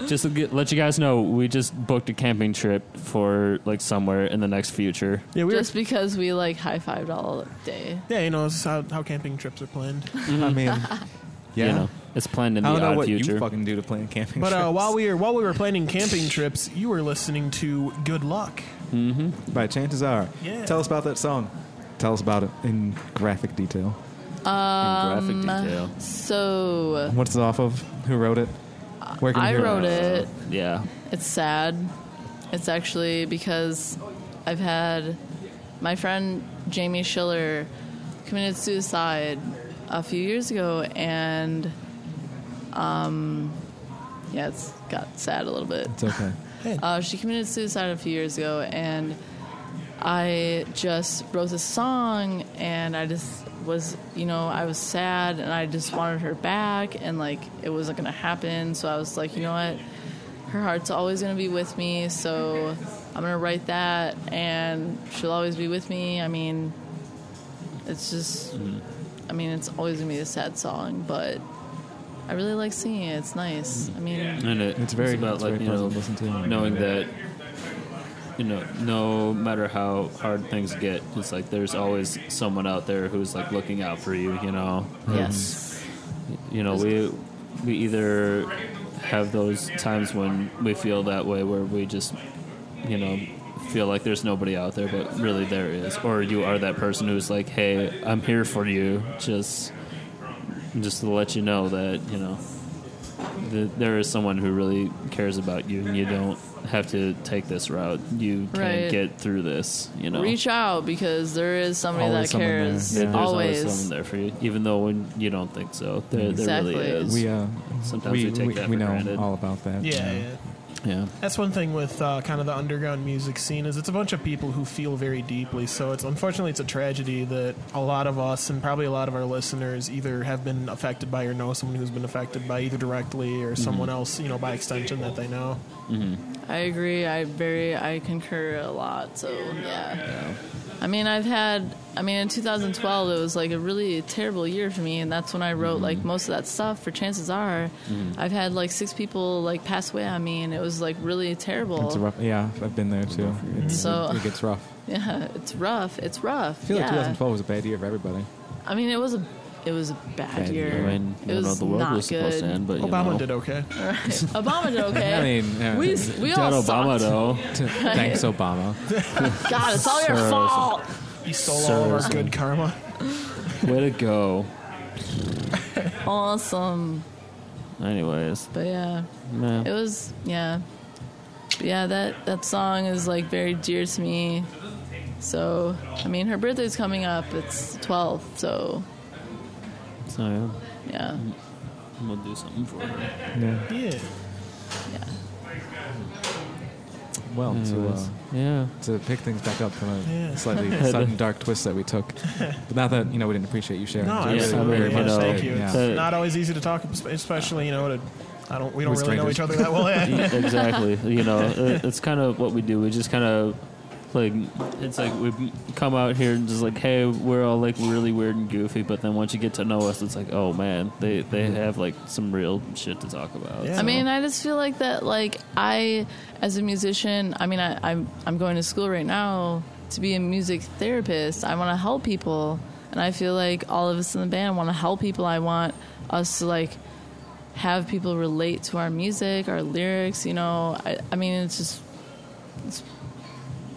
Speaker 8: Just to get, let you guys know, we just booked a camping trip for like somewhere in the next future.
Speaker 1: Yeah, we were,
Speaker 4: Just because we like high fived all day.
Speaker 1: yeah, you know, this is how, how camping trips are planned.
Speaker 2: I
Speaker 4: (laughs)
Speaker 2: mean, yeah.
Speaker 8: You know, it's planned in
Speaker 2: I
Speaker 8: the
Speaker 2: don't know
Speaker 8: odd
Speaker 2: what
Speaker 8: future.
Speaker 2: you fucking do to plan camping.
Speaker 1: But uh,
Speaker 2: trips.
Speaker 1: while we were while we were planning camping trips, you were listening to "Good Luck."
Speaker 2: by chances are,
Speaker 1: Yeah.
Speaker 2: tell us about that song. Tell us about it in graphic detail.
Speaker 5: In graphic detail.
Speaker 4: So
Speaker 2: What's it off of? Who wrote it? Where can we
Speaker 4: I
Speaker 2: hear
Speaker 4: wrote it.
Speaker 8: yeah.
Speaker 4: It's sad. It's actually because I've had my friend Jamie Schiller committed suicide a few years ago, and um, yeah, it's got sad a little bit.
Speaker 2: It's
Speaker 4: (laughs)
Speaker 2: okay.
Speaker 4: Uh, she committed suicide a few years ago, and I just wrote this song, and I just was, you know, I was sad, and I just wanted her back, and like it wasn't gonna happen, so I was like, you know what, her heart's always gonna be with me, so I'm gonna write that, and she'll always be with me. I mean, it's just, I mean, it's always gonna be a sad song, but. I really like singing it. It's nice. I mean,
Speaker 5: And it,
Speaker 2: It's very-
Speaker 5: about
Speaker 2: it's
Speaker 5: like
Speaker 2: very
Speaker 5: you know,
Speaker 2: pleasant to listen to.
Speaker 5: knowing that you know, no matter how hard things get, it's like there's always someone out there who's like looking out for you. You know,
Speaker 4: yes.
Speaker 5: you know we we either have those times when we feel that way where we just you know feel like there's nobody out there but really there is or you are that person who's like hey i'm here for you just just to let you know that you know th there is someone who really cares about you and you don't have to take this route you can
Speaker 4: Right.
Speaker 5: get through this you know
Speaker 4: reach out because there is somebody
Speaker 2: Always
Speaker 4: that
Speaker 2: someone there.
Speaker 4: cares.
Speaker 2: Yeah.
Speaker 5: there's
Speaker 4: Always.
Speaker 5: always someone there for you even though when you don't think so there,
Speaker 4: Exactly.
Speaker 5: there really is
Speaker 2: We uh,
Speaker 5: Sometimes
Speaker 2: we
Speaker 5: we take
Speaker 2: we,
Speaker 5: that
Speaker 2: we
Speaker 5: for
Speaker 2: know
Speaker 5: granted.
Speaker 2: all about that.
Speaker 1: Yeah, yeah.
Speaker 5: yeah
Speaker 1: That's one thing with uh, kind of the underground music scene is it's a bunch of people who feel very deeply. So it's unfortunately it's a tragedy that a lot of us and probably a lot of our listeners either have been affected by or know someone who's been affected by either directly or someone else, you know, by extension that they know.
Speaker 4: I agree. I very I concur a lot. So yeah. I mean, I've had. I mean, in 2012, it was like a really terrible year for me, and that's when I wrote like most of that stuff. For chances are, I've had like six people like pass away on me, and it was like really terrible.
Speaker 2: It's rough. Yeah, I've been there too. It's,
Speaker 4: So-
Speaker 2: it, it gets rough.
Speaker 4: Yeah, it's rough. It's rough.
Speaker 2: I feel
Speaker 4: yeah.
Speaker 2: like 2012 was a bad year for everybody.
Speaker 4: I mean, it was a it was a bad,
Speaker 5: Bad
Speaker 4: year.
Speaker 5: I mean, I
Speaker 4: it
Speaker 5: don't
Speaker 4: was
Speaker 5: know the world
Speaker 4: not
Speaker 5: was
Speaker 4: good.
Speaker 5: supposed to end, but you
Speaker 1: Obama
Speaker 5: know.
Speaker 1: did okay.
Speaker 4: Right. Obama did okay.
Speaker 2: I mean, yeah.
Speaker 4: we we all
Speaker 5: Dad Obama
Speaker 4: sucked.
Speaker 5: though.
Speaker 2: (laughs)
Speaker 4: (laughs)
Speaker 2: Thanks, Obama.
Speaker 4: God, it's all your
Speaker 8: Sir.
Speaker 4: fault.
Speaker 1: He stole all of our good karma.
Speaker 5: Way to go.
Speaker 4: Awesome.
Speaker 5: Anyways,
Speaker 4: But yeah,
Speaker 5: yeah.
Speaker 4: it was yeah. But yeah, that that song is like very dear to me. So I mean, her birthday's coming up. It's 12. So
Speaker 5: so yeah,
Speaker 4: yeah,
Speaker 5: I'm gonna do something for her.
Speaker 2: Yeah.
Speaker 1: Yeah.
Speaker 4: yeah.
Speaker 2: Well, to, uh,
Speaker 8: Yeah.
Speaker 2: to pick things back up from a
Speaker 1: Yeah.
Speaker 2: slightly
Speaker 1: (laughs)
Speaker 2: sudden dark twist that we took, but not that you know we didn't appreciate you sharing.
Speaker 1: No,
Speaker 2: It's
Speaker 5: Yeah,
Speaker 1: absolutely.
Speaker 5: very
Speaker 1: Yes,
Speaker 5: much.
Speaker 1: thank you. It's
Speaker 5: Yeah.
Speaker 1: not always easy to talk, especially you know. To, I don't. We don't
Speaker 2: With
Speaker 1: really know
Speaker 2: strangers.
Speaker 1: each other that well. Yeah.
Speaker 4: (laughs)
Speaker 5: exactly. You know, it, it's kind of what we do. We just kind of like it's like we come out here and just like, hey, we're all like really weird and goofy. But then once you get to know us, it's like, oh man, they they have like some real shit to talk about.
Speaker 1: Yeah.
Speaker 4: I mean, I just feel like that. Like I, as a musician, I mean, I, I'm I'm going to school right now to be a music therapist. I want to help people, and I feel like all of us in the band want to help people. I want us to like have people relate to our music, our lyrics. You know, I, I mean, it's just it's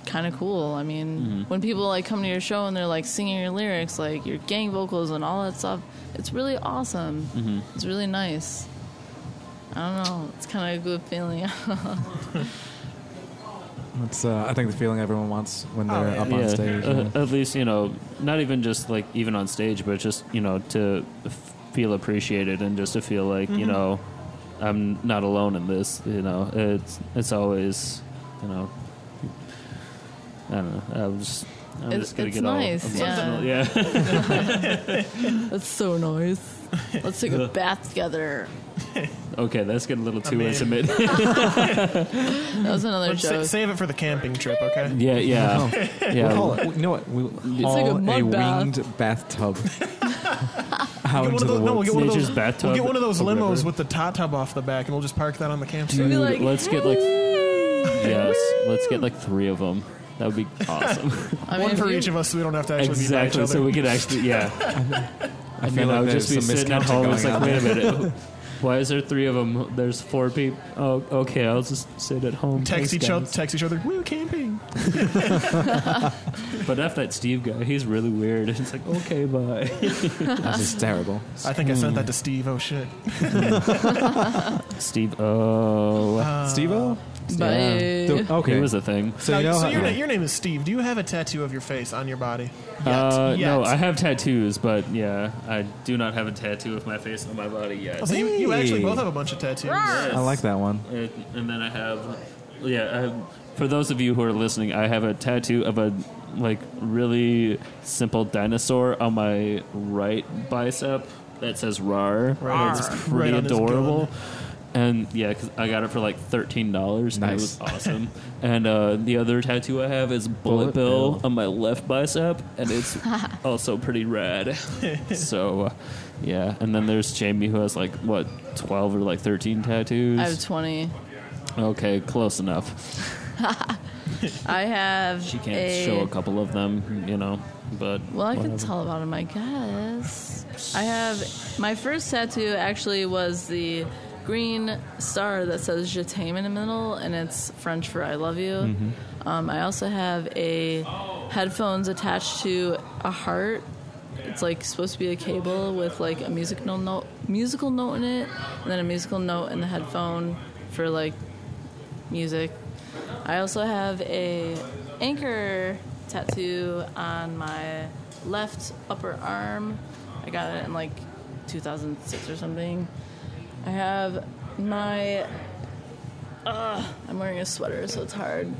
Speaker 4: kind of cool. I mean, when people like come to your show and they're like singing your lyrics, like your gang vocals and all that stuff, it's really awesome. It's really nice. I don't know. It's kind of a good feeling. (laughs)
Speaker 2: It's, uh, I think the feeling everyone wants when they're
Speaker 1: Oh, (laughs) yeah.
Speaker 2: up on
Speaker 5: Yeah,
Speaker 2: stage.
Speaker 5: uh,
Speaker 2: yeah.
Speaker 5: at least you know, not even just like even on stage, but just you know to f- feel appreciated and just to feel like
Speaker 4: Mm-hmm.
Speaker 5: you know I'm not alone in this. You know, it's it's always you know I don't know. I'm just I'm
Speaker 4: It's-
Speaker 5: just gonna
Speaker 4: it's
Speaker 5: get
Speaker 4: nice,
Speaker 5: all
Speaker 4: yeah.
Speaker 5: emotional. (laughs) Yeah,
Speaker 4: That's so nice. (laughs) Let's take a bath together.
Speaker 5: okay, that's getting a little too
Speaker 1: mean-
Speaker 5: intimate.
Speaker 4: (laughs)
Speaker 5: (laughs)
Speaker 4: That was another
Speaker 1: Let's sa-
Speaker 4: joke.
Speaker 1: save it for the camping trip, okay?
Speaker 5: yeah, yeah, yeah.
Speaker 2: Call it- you know what? We
Speaker 5: like
Speaker 1: (laughs)
Speaker 2: call
Speaker 4: a mud bath.
Speaker 2: winged bathtub. out
Speaker 1: Get one
Speaker 2: into
Speaker 1: of
Speaker 2: the
Speaker 1: those, no, we'll
Speaker 2: woods.
Speaker 1: get one of
Speaker 5: Nature's
Speaker 1: those,
Speaker 5: bathtub
Speaker 1: we'll get one of those
Speaker 5: or whatever.
Speaker 1: limos with the tot tub off the back, and we'll just park that on the campsite.
Speaker 4: We'll be
Speaker 5: Dude,
Speaker 4: like,
Speaker 5: let's get like
Speaker 4: "Hey."
Speaker 5: yes, let's get
Speaker 4: (laughs)
Speaker 5: like three of them. That would be awesome.
Speaker 4: I mean,
Speaker 1: one
Speaker 4: if
Speaker 1: for
Speaker 4: you-
Speaker 1: each of us, so we don't have to actually be by
Speaker 5: exactly.
Speaker 1: each
Speaker 5: So
Speaker 1: other.
Speaker 5: we could
Speaker 1: (laughs)
Speaker 5: actually yeah.
Speaker 2: I
Speaker 5: And then I would just be
Speaker 2: there's some
Speaker 5: sitting at
Speaker 2: miscounting
Speaker 5: home. It's
Speaker 2: going
Speaker 5: like
Speaker 2: on
Speaker 5: wait a
Speaker 2: there.
Speaker 5: minute. (laughs) Why is there three of them? There's four people. Oh, okay. I'll just sit at home.
Speaker 1: text
Speaker 5: Thanks,
Speaker 1: each other.
Speaker 5: guys.
Speaker 1: Text each other. We're camping.
Speaker 5: But F that Steve guy. He's really weird. (laughs) It's like
Speaker 1: (laughs)
Speaker 5: okay, bye.
Speaker 2: That's just terrible.
Speaker 1: I think I sent that to
Speaker 5: Hmm.
Speaker 1: Steve. Oh shit.
Speaker 5: Steve. Oh,
Speaker 1: Uh,
Speaker 2: Steve-O?
Speaker 4: Bye.
Speaker 2: The-
Speaker 5: he
Speaker 2: okay.
Speaker 5: was a thing.
Speaker 2: so
Speaker 1: now,
Speaker 2: you know
Speaker 1: so
Speaker 2: how-
Speaker 1: your,
Speaker 2: yeah.
Speaker 1: na- your name is Steve. Do you have a tattoo of your face on your body? Yet.
Speaker 5: Uh,
Speaker 1: Yet.
Speaker 5: no, I have tattoos, but yeah, I do not have a tattoo of my face on my body yet.
Speaker 1: Oh, so you, you actually
Speaker 2: Hey.
Speaker 1: both have a bunch of tattoos.
Speaker 2: I like that one.
Speaker 5: And, and then I have, yeah. I have, for those of you who are listening, I have a tattoo of a like really simple dinosaur on my right bicep that says "rar."
Speaker 1: Rar.
Speaker 5: It's
Speaker 1: Right
Speaker 5: pretty
Speaker 1: on his gun.
Speaker 5: adorable. And yeah, 'cause I got it for like thirteen dollars. and It
Speaker 2: Nice.
Speaker 5: was awesome. and uh, the other tattoo I have is
Speaker 2: Bullet
Speaker 5: bullet, bill,
Speaker 2: bill.
Speaker 5: on my left bicep, and
Speaker 1: (laughs)
Speaker 5: it's also pretty rad. so, uh, yeah. And then there's Jamie who has like what twelve or like thirteen tattoos.
Speaker 4: I have 20.
Speaker 5: Okay, close enough.
Speaker 4: I have.
Speaker 5: She can't show a couple of them, you know. But
Speaker 4: Well, I
Speaker 5: whatever.
Speaker 4: can tell about him, I guess. I have my first tattoo actually was the green star that says "Je t'aime" in the middle, and it's French for "I love you." Um, I also have a headphones attached to a heart. It's like supposed to be a cable with like a musical note, musical note in it, and then a musical note in the headphone for like music. I also have a anchor tattoo on my left upper arm. I got it in like 2006 or something. I have my. Ugh, I'm wearing a sweater, so it's hard.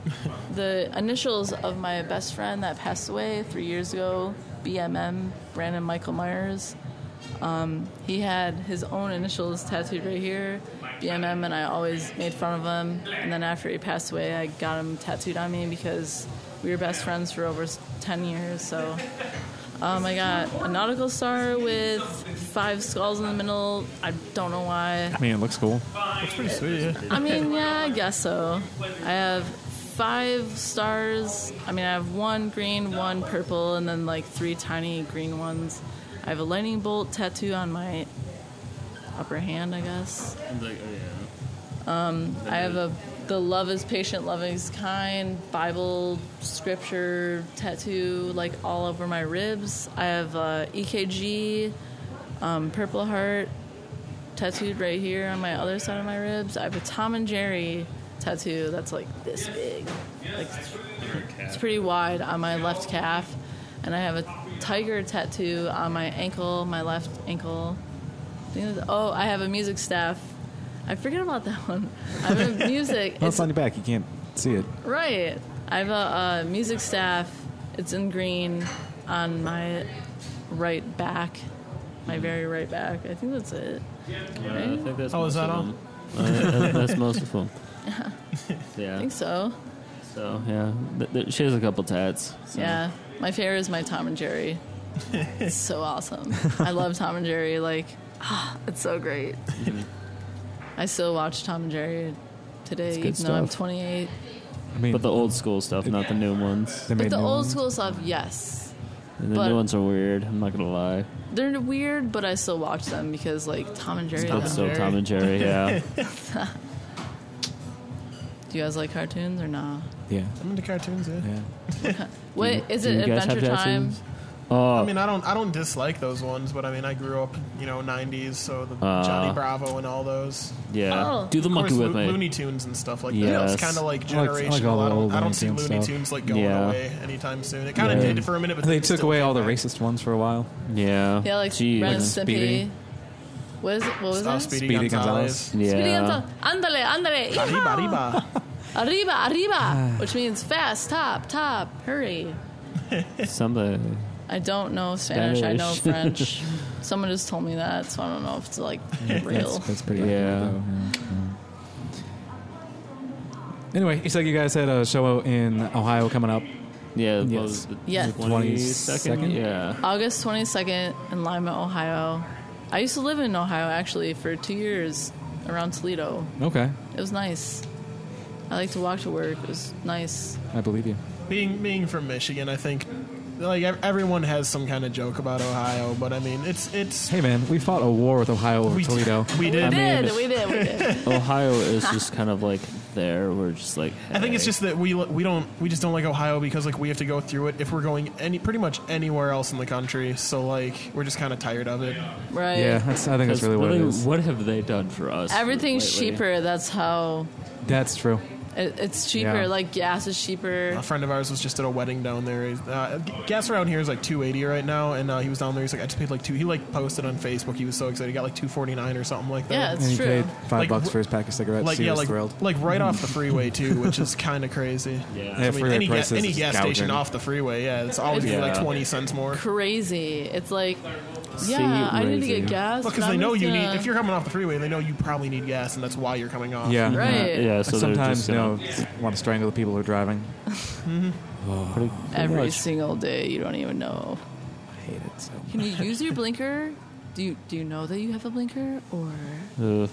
Speaker 4: the initials of my best friend that passed away three years ago, BMM, Brandon Michael Myers. He had his own initials tattooed right here, BMM, and I always made fun of him. And then after he passed away, I got him tattooed on me because we were best friends for over s- 10 years. So um, I got a nautical star with five skulls in the middle. I don't know why.
Speaker 2: I mean, it looks cool.
Speaker 1: That's pretty sweet. Yeah.
Speaker 4: I mean, yeah, I guess so. I have five stars. I mean, I have one green, one purple, and then like three tiny green ones. I have a lightning bolt tattoo on my upper hand, I guess. Um,
Speaker 5: It's like, oh,
Speaker 4: I have a the love is patient, love is kind Bible scripture tattoo like all over my ribs. I have uh, E a EKG um, purple heart tattooed right here on my other side of my ribs. I have a Tom and Jerry tattoo that's like this big, like it's, it's pretty wide on my left calf, and I have a tiger tattoo on my ankle, my left ankle. I think that's- Oh, I have a music staff. I forget about that one. I have a music.
Speaker 2: Well,
Speaker 4: it's-
Speaker 2: it's on your back. You can't see it.
Speaker 4: Right. I have a, uh music staff. It's in green on my right back, my very right back. I think that's it.
Speaker 5: yeah. Uh, I think that's
Speaker 1: Oh, is
Speaker 5: most
Speaker 1: that all?
Speaker 5: of them. Uh, that's most of
Speaker 4: (laughs)
Speaker 5: them.
Speaker 4: I
Speaker 5: Yeah.
Speaker 4: think so.
Speaker 5: So yeah, Th- th- she has a couple tats. so.
Speaker 4: Yeah. My favorite is my Tom and
Speaker 5: (laughs)
Speaker 4: Jerry. it's so awesome. I love Tom and Jerry. Like, ah, it's so great.
Speaker 5: Mm-hmm.
Speaker 4: I still watch Tom and Jerry today,
Speaker 5: good
Speaker 4: even though I'm
Speaker 5: stuff.
Speaker 4: 28.
Speaker 2: I mean,
Speaker 5: But the old school stuff, not the new ones.
Speaker 2: they made
Speaker 4: But the
Speaker 2: new
Speaker 4: old
Speaker 2: ones.
Speaker 4: school stuff, yes.
Speaker 5: And the
Speaker 4: But-
Speaker 5: new ones are weird. I'm not gonna lie.
Speaker 4: They're weird, but I still watch them because, like, Tom and Jerry.
Speaker 5: It's
Speaker 4: though.
Speaker 5: so
Speaker 1: Jerry.
Speaker 5: Tom and Jerry.
Speaker 4: (laughs)
Speaker 5: Yeah.
Speaker 4: Do you guys like cartoons or not?
Speaker 2: Yeah.
Speaker 1: I'm into cartoons. Yeah.
Speaker 2: Yeah.
Speaker 4: What is
Speaker 5: Do
Speaker 4: it?
Speaker 5: you guys
Speaker 4: Adventure
Speaker 5: have
Speaker 4: Time. Um,
Speaker 5: tattoos? Oh,
Speaker 1: I mean, I don't, I don't dislike those ones, but I mean, I grew up, you know, '90s, so the
Speaker 5: Uh,
Speaker 1: Johnny Bravo and all those.
Speaker 5: yeah.
Speaker 4: Oh.
Speaker 5: Do the
Speaker 1: Of course,
Speaker 5: monkey with
Speaker 1: Lo-
Speaker 5: me.
Speaker 1: Looney Tunes and stuff like that.
Speaker 5: Yes.
Speaker 1: It's kind of like
Speaker 2: I like- I
Speaker 1: generational.
Speaker 2: like
Speaker 1: I,
Speaker 2: all the
Speaker 1: don't,
Speaker 2: old
Speaker 1: I
Speaker 2: Looney
Speaker 1: don't see
Speaker 2: Tunes
Speaker 1: Looney
Speaker 2: stuff.
Speaker 1: Tunes like going
Speaker 5: Yeah.
Speaker 1: away anytime soon. It kind of
Speaker 5: Yeah.
Speaker 1: did for a minute, but
Speaker 2: They
Speaker 1: then it
Speaker 2: took
Speaker 1: still
Speaker 2: away
Speaker 1: came
Speaker 2: all the
Speaker 1: back.
Speaker 2: racist ones for a while.
Speaker 5: Yeah.
Speaker 4: Yeah, like
Speaker 5: Jeez.
Speaker 4: Ren and
Speaker 2: Speedy.
Speaker 4: Stimpy. What is it? What was
Speaker 1: Oh,
Speaker 4: that?
Speaker 1: Speedy,
Speaker 2: Speedy
Speaker 1: Gonzalez.
Speaker 5: Yeah.
Speaker 4: Speedy Gonzales. Andale, andale.
Speaker 1: Arriba,
Speaker 4: yeehaw.
Speaker 2: Ah.
Speaker 1: arriba.
Speaker 4: Arriba, arriba. Which means fast, top, top, hurry.
Speaker 5: Something.
Speaker 4: I don't know Spanish. I know
Speaker 5: Spanish.
Speaker 4: French.
Speaker 2: (laughs)
Speaker 4: Someone just told me that, so I don't know if it's like
Speaker 2: That's,
Speaker 4: real.
Speaker 2: that's pretty.
Speaker 5: Yeah.
Speaker 2: accurate, though, yeah. Anyway, you said you guys had a show out in Ohio coming up.
Speaker 5: Yeah.
Speaker 2: Yes.
Speaker 5: What was the
Speaker 4: Yeah.
Speaker 5: 22nd?
Speaker 2: 22nd?
Speaker 5: Yeah.
Speaker 4: August 22nd in Lima, Ohio. I used to live in Ohio actually for two years around Toledo.
Speaker 2: Okay,
Speaker 4: It was nice. I like to walk to work. It was nice.
Speaker 2: I believe you.
Speaker 1: Being being from Michigan, I think like ev- everyone has some kind of joke about Ohio, but I mean, it's it's
Speaker 2: Hey man, we fought a war with Ohio over
Speaker 1: we
Speaker 2: Toledo.
Speaker 1: we
Speaker 4: We
Speaker 1: did.
Speaker 4: did. We did. We
Speaker 2: (laughs)
Speaker 4: did.
Speaker 5: Ohio is just kind of like there. We're just like.
Speaker 1: I think it's just that we we don't we just don't like Ohio because like we have to go through it if we're going any pretty much anywhere else in the country. So like we're just kind of tired of it.
Speaker 4: Right.
Speaker 2: Yeah, that's, I think that's really what it is.
Speaker 5: What have they done for us?
Speaker 4: Everything's
Speaker 5: lately?
Speaker 4: cheaper. That's how
Speaker 2: That's true.
Speaker 4: it, it's cheaper.
Speaker 2: Yeah. Uh-huh.
Speaker 4: Like gas is cheaper.
Speaker 1: A friend of ours was just at a wedding down there. He's- Uh, g- gas around here is like 280 right now, and uh, he was down there. He's like, I just paid like two. He like posted on Facebook. He was so excited. He got like 249 or something like that.
Speaker 4: Yeah, it's
Speaker 2: and he
Speaker 4: true.
Speaker 2: paid five
Speaker 1: Like,
Speaker 2: bucks
Speaker 1: wh-
Speaker 2: for his pack of cigarettes.
Speaker 1: like
Speaker 2: he
Speaker 1: yeah,
Speaker 2: was
Speaker 1: like
Speaker 2: thrilled.
Speaker 1: like right off
Speaker 2: (laughs)
Speaker 1: the freeway too, which is kind of crazy.
Speaker 5: Yeah.
Speaker 1: I
Speaker 2: Yeah,
Speaker 1: mean,
Speaker 2: freeway
Speaker 1: any, ga-
Speaker 2: prices
Speaker 1: any
Speaker 2: is
Speaker 1: gas station
Speaker 2: gouging.
Speaker 1: off the freeway, yeah, it's always gonna be like
Speaker 5: Yeah.
Speaker 1: 20 cents more.
Speaker 4: Crazy. It's like, yeah, I need to
Speaker 5: raising.
Speaker 4: get gas.
Speaker 1: Because
Speaker 4: but
Speaker 1: they
Speaker 4: I'm
Speaker 1: know
Speaker 4: just
Speaker 1: you
Speaker 4: gonna-
Speaker 1: need if you're coming off the freeway, they know you probably need gas, and that's why you're coming off.
Speaker 2: Yeah.
Speaker 4: Right.
Speaker 5: Yeah, so they're
Speaker 2: Sometimes
Speaker 5: just gonna-
Speaker 2: no, want to strangle the people who are driving.
Speaker 4: every
Speaker 5: much.
Speaker 4: single day. You don't even know.
Speaker 2: I hate it so.
Speaker 4: Can you use your blinker? Do you do you know that you have a blinker or
Speaker 5: Uh,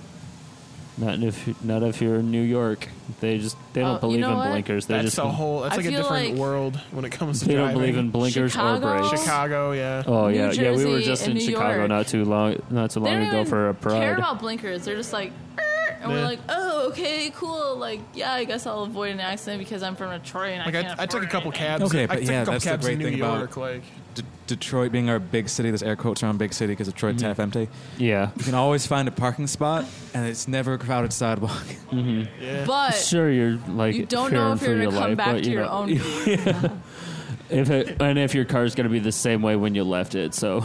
Speaker 5: not if not if you're in New York. They just they don't
Speaker 4: Oh, you
Speaker 5: believe
Speaker 4: know
Speaker 5: in
Speaker 4: what?
Speaker 5: blinkers. They
Speaker 1: that's
Speaker 5: just
Speaker 1: a whole. That's
Speaker 4: I
Speaker 1: like a
Speaker 4: feel
Speaker 1: different
Speaker 4: like-
Speaker 1: world when it comes to
Speaker 5: they don't
Speaker 1: driving.
Speaker 5: believe in blinkers
Speaker 4: Chicago?
Speaker 5: or brakes.
Speaker 1: Chicago. Yeah,
Speaker 5: Oh
Speaker 4: New
Speaker 5: yeah, yeah. We were
Speaker 4: Jersey
Speaker 5: just
Speaker 4: and
Speaker 5: in
Speaker 4: New
Speaker 5: Chicago
Speaker 4: York.
Speaker 5: not too long not too
Speaker 4: they
Speaker 5: long
Speaker 4: don't
Speaker 5: ago
Speaker 4: even
Speaker 5: for a pride.
Speaker 4: care about blinkers? They're just like, "Er," and we're
Speaker 1: Yeah.
Speaker 4: like, oh, okay, cool. Like, yeah, I guess I'll avoid an accident because I'm from Detroit and
Speaker 1: like
Speaker 4: I can't.
Speaker 1: I, I took a
Speaker 4: afford
Speaker 1: couple
Speaker 4: it."
Speaker 1: cabs.
Speaker 2: Okay,
Speaker 1: I
Speaker 2: but
Speaker 1: took
Speaker 2: yeah,
Speaker 1: a couple
Speaker 2: that's the
Speaker 1: cabs
Speaker 2: great
Speaker 1: in New
Speaker 2: thing about-
Speaker 1: York. Like
Speaker 2: D- Detroit being our big city, there's air quotes around big city because Detroit's half empty.
Speaker 5: Yeah.
Speaker 2: You can always find a parking spot, and it's never a crowded sidewalk. (laughs)
Speaker 1: yeah.
Speaker 4: But
Speaker 5: Sure, you're like
Speaker 4: you don't
Speaker 5: fearing
Speaker 4: know if
Speaker 5: for
Speaker 4: you're
Speaker 5: your
Speaker 4: gonna come
Speaker 5: life,
Speaker 4: back
Speaker 5: but
Speaker 4: to
Speaker 5: you
Speaker 4: your
Speaker 5: know,
Speaker 4: own.
Speaker 5: (laughs) If it, and if your car's gonna be the same way when you left it, so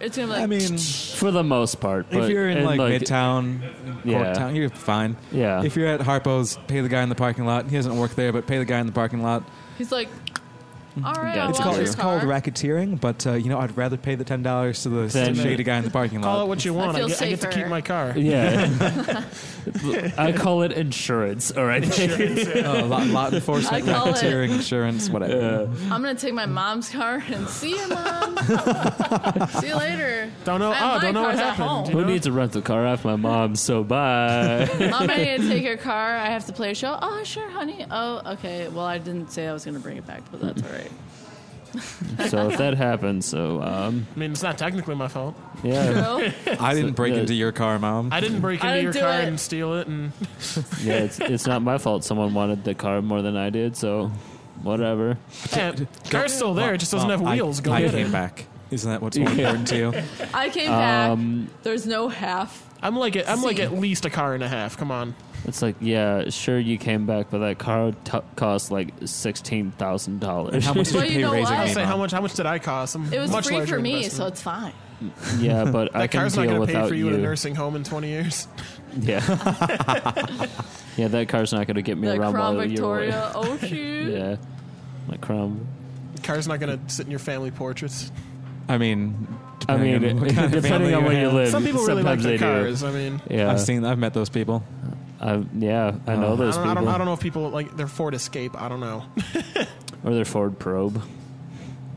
Speaker 4: It's gonna be like,
Speaker 2: I mean,
Speaker 5: for the most part, but
Speaker 2: if you're in
Speaker 5: and,
Speaker 2: like, Midtown,
Speaker 5: Yeah.
Speaker 2: Corktown, you're fine.
Speaker 5: Yeah.
Speaker 2: If you're at Harpo's, pay the guy in the parking lot. He doesn't work there, but pay the guy in the parking lot.
Speaker 4: he's like, all right,
Speaker 5: Yeah,
Speaker 4: I'll
Speaker 5: it's
Speaker 4: watch
Speaker 5: called-
Speaker 4: your
Speaker 2: it's called
Speaker 4: car."
Speaker 2: racketeering, but uh, you know I'd rather pay the ten dollars to the
Speaker 5: Then-
Speaker 2: shady guy in the parking
Speaker 1: call it
Speaker 2: lot.
Speaker 1: Uh, what you want. I,
Speaker 4: feel
Speaker 1: get, I get to
Speaker 4: safer.
Speaker 1: keep my car.
Speaker 5: yeah, I call it insurance. All right,
Speaker 2: Uh, lot, (laughs) lot enforcement,
Speaker 4: I call it-
Speaker 2: racketeering, insurance, whatever.
Speaker 4: I'm gonna take my mom's car and see
Speaker 5: (laughs)
Speaker 4: you, mom. see you later.
Speaker 1: Don't know.
Speaker 4: I-
Speaker 1: oh,
Speaker 4: my
Speaker 1: don't know what
Speaker 4: car's at
Speaker 1: happened.
Speaker 4: home.
Speaker 5: who needs to rent the car off my mom? So bye.
Speaker 4: Mom, I need to take your car. I have to play a show. Oh, sure, honey. Oh, okay. Well, I didn't say I was gonna bring it back, but that's all right.
Speaker 5: so if that happens, so um,
Speaker 1: I mean, it's not technically my fault.
Speaker 5: yeah,
Speaker 4: No?
Speaker 2: I didn't break
Speaker 5: yeah.
Speaker 2: into your car, mom.
Speaker 1: I didn't break
Speaker 4: I
Speaker 1: into
Speaker 4: didn't
Speaker 1: your
Speaker 4: do
Speaker 1: car
Speaker 4: it.
Speaker 1: and steal it,
Speaker 4: (laughs)
Speaker 1: and (laughs)
Speaker 5: yeah, it's it's not my fault. Someone wanted the car more than I did, so whatever.
Speaker 1: yeah, car's still there. It just doesn't
Speaker 2: Mom,
Speaker 1: have wheels.
Speaker 2: I,
Speaker 1: Go
Speaker 2: I
Speaker 1: get
Speaker 2: came
Speaker 1: it.
Speaker 2: back. Isn't that what's more important to you?
Speaker 4: I came back.
Speaker 5: Um,
Speaker 4: There's no half.
Speaker 1: I'm like at, I'm like
Speaker 4: See.
Speaker 1: at least a car and a half. Come on.
Speaker 5: It's like yeah, sure you came back, but that car t- cost like sixteen thousand dollars.
Speaker 2: How
Speaker 5: (laughs)
Speaker 2: much did
Speaker 4: Well,
Speaker 2: you
Speaker 4: you
Speaker 2: pay
Speaker 4: know
Speaker 2: raising
Speaker 4: what?
Speaker 2: me,
Speaker 1: Say
Speaker 2: Mom?
Speaker 1: how much? How much did I cost? I'm
Speaker 4: It was
Speaker 1: much
Speaker 4: free
Speaker 1: larger
Speaker 4: for me, so
Speaker 1: investment.
Speaker 4: it's fine.
Speaker 5: Yeah, but I
Speaker 1: that
Speaker 5: can
Speaker 1: car's not
Speaker 5: deal
Speaker 1: going to
Speaker 5: without
Speaker 1: pay for you,
Speaker 5: you.
Speaker 1: in a nursing home in 20 years. (laughs)
Speaker 5: Yeah,
Speaker 4: (laughs)
Speaker 5: yeah, that car's not going to get me
Speaker 4: the
Speaker 5: around
Speaker 4: Crown
Speaker 5: while you're (laughs)
Speaker 4: Victoria. Oh shoot.
Speaker 5: away. Yeah, my Crown.
Speaker 1: The car's not going to sit in your family portraits.
Speaker 2: I mean,
Speaker 5: I mean,
Speaker 2: depending on what kind of family
Speaker 5: depending on where you
Speaker 2: have.
Speaker 5: live,
Speaker 1: Some people really like
Speaker 5: sometimes
Speaker 1: their
Speaker 5: they do.
Speaker 1: cars. I mean,
Speaker 5: Yeah,
Speaker 2: I've seen, I've met those people.
Speaker 5: I've- yeah, I know
Speaker 2: Uh,
Speaker 1: I
Speaker 5: those
Speaker 1: don't,
Speaker 5: people.
Speaker 1: I, don't, I don't know if people like their Ford Escape. I don't know.
Speaker 5: Or their Ford Probe,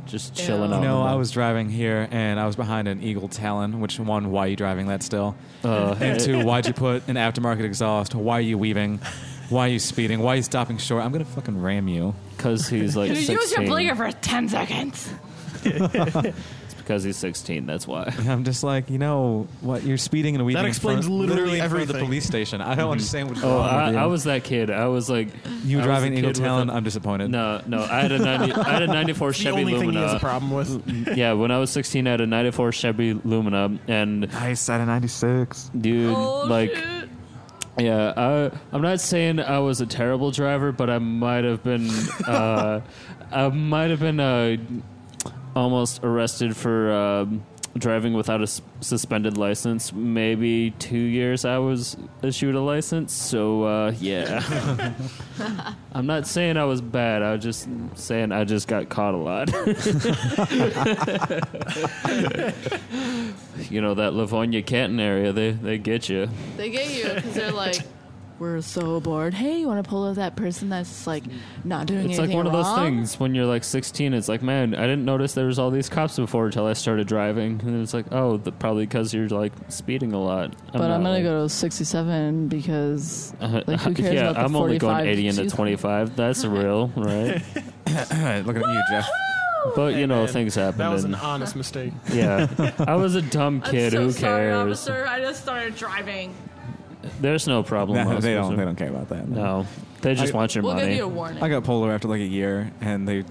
Speaker 5: just
Speaker 4: Ew.
Speaker 5: chilling
Speaker 4: You
Speaker 5: out.
Speaker 2: You
Speaker 5: in
Speaker 2: know,
Speaker 5: the-
Speaker 2: I was driving here and I was behind an Eagle Talon, which one, why are you driving that still?
Speaker 5: Uh,
Speaker 2: And two, why'd you put an aftermarket exhaust? Why are you weaving? Why are you speeding? Why are you stopping short? I'm gonna fucking ram you.
Speaker 5: because he's like
Speaker 4: (laughs) You
Speaker 5: 16.
Speaker 4: use your blinker for ten seconds.
Speaker 5: It's because he's 16. That's why.
Speaker 2: And (laughs) I'm just like, you know what? You're speeding and weaving. in
Speaker 1: explains
Speaker 2: front-
Speaker 1: literally
Speaker 2: in front of the
Speaker 1: everything.
Speaker 2: police station. I don't understand what's
Speaker 5: Oh,
Speaker 2: wrong
Speaker 5: I,
Speaker 2: with you.
Speaker 5: I was that kid. I was like,
Speaker 2: Mm-hmm. you
Speaker 5: I was
Speaker 2: driving
Speaker 5: a
Speaker 2: Eagle
Speaker 5: kid with
Speaker 2: Talon?
Speaker 5: a-
Speaker 2: I'm disappointed.
Speaker 5: No, no, I had a 90, I had a 94
Speaker 1: the
Speaker 5: Chevy
Speaker 1: only thing he has a
Speaker 5: Lumina.
Speaker 1: problem with.
Speaker 5: Yeah, when I was 16, I had a 94 Chevy Lumina, and
Speaker 2: Nice, out of (laughs) 96.
Speaker 5: dude,
Speaker 4: Oh
Speaker 5: (laughs) like,
Speaker 4: shoot.
Speaker 5: yeah, I, I'm not saying I was a terrible driver, but I might have been, uh, I might have been uh, almost arrested for um, driving without a s- suspended license. Maybe two years I was issued a license, so uh, yeah. I'm not saying I was bad. I was just saying I just got caught a lot. (laughs) you know that Livonia Canton area, they they get you.
Speaker 4: They get you because they're like, we're so bored. Hey, you want to pull up that person that's like not doing
Speaker 5: It's like
Speaker 4: anything
Speaker 5: one of those
Speaker 4: wrong?
Speaker 5: things when you're like 16. It's like, man, I didn't notice there was all these cops before until I started driving, and it's like, oh, the, probably because you're like speeding a lot.
Speaker 4: But I'm gonna go to 67 because
Speaker 5: Uh,
Speaker 4: like
Speaker 5: (laughs)
Speaker 4: who cares
Speaker 5: yeah,
Speaker 4: about the
Speaker 5: I'm only going
Speaker 4: 45
Speaker 5: 80 into
Speaker 4: season?
Speaker 5: 25.
Speaker 4: (laughs)
Speaker 5: That's real, right?
Speaker 2: Looking at you, Jeff.
Speaker 5: but you know,
Speaker 1: man,
Speaker 5: things happen.
Speaker 1: That was an
Speaker 5: and-
Speaker 1: honest mistake. (laughs)
Speaker 5: yeah, I was a dumb
Speaker 4: I'm
Speaker 5: kid.
Speaker 4: so
Speaker 5: who
Speaker 4: sorry,
Speaker 5: cares?
Speaker 4: officer. I just started driving.
Speaker 5: There's no problem.
Speaker 2: Nah, they don't.
Speaker 5: officer.
Speaker 2: They don't care about that.
Speaker 5: No, they just
Speaker 2: I-
Speaker 5: want your
Speaker 4: We'll
Speaker 5: money.
Speaker 4: give you a warning.
Speaker 2: I got pulled over after like a year, and they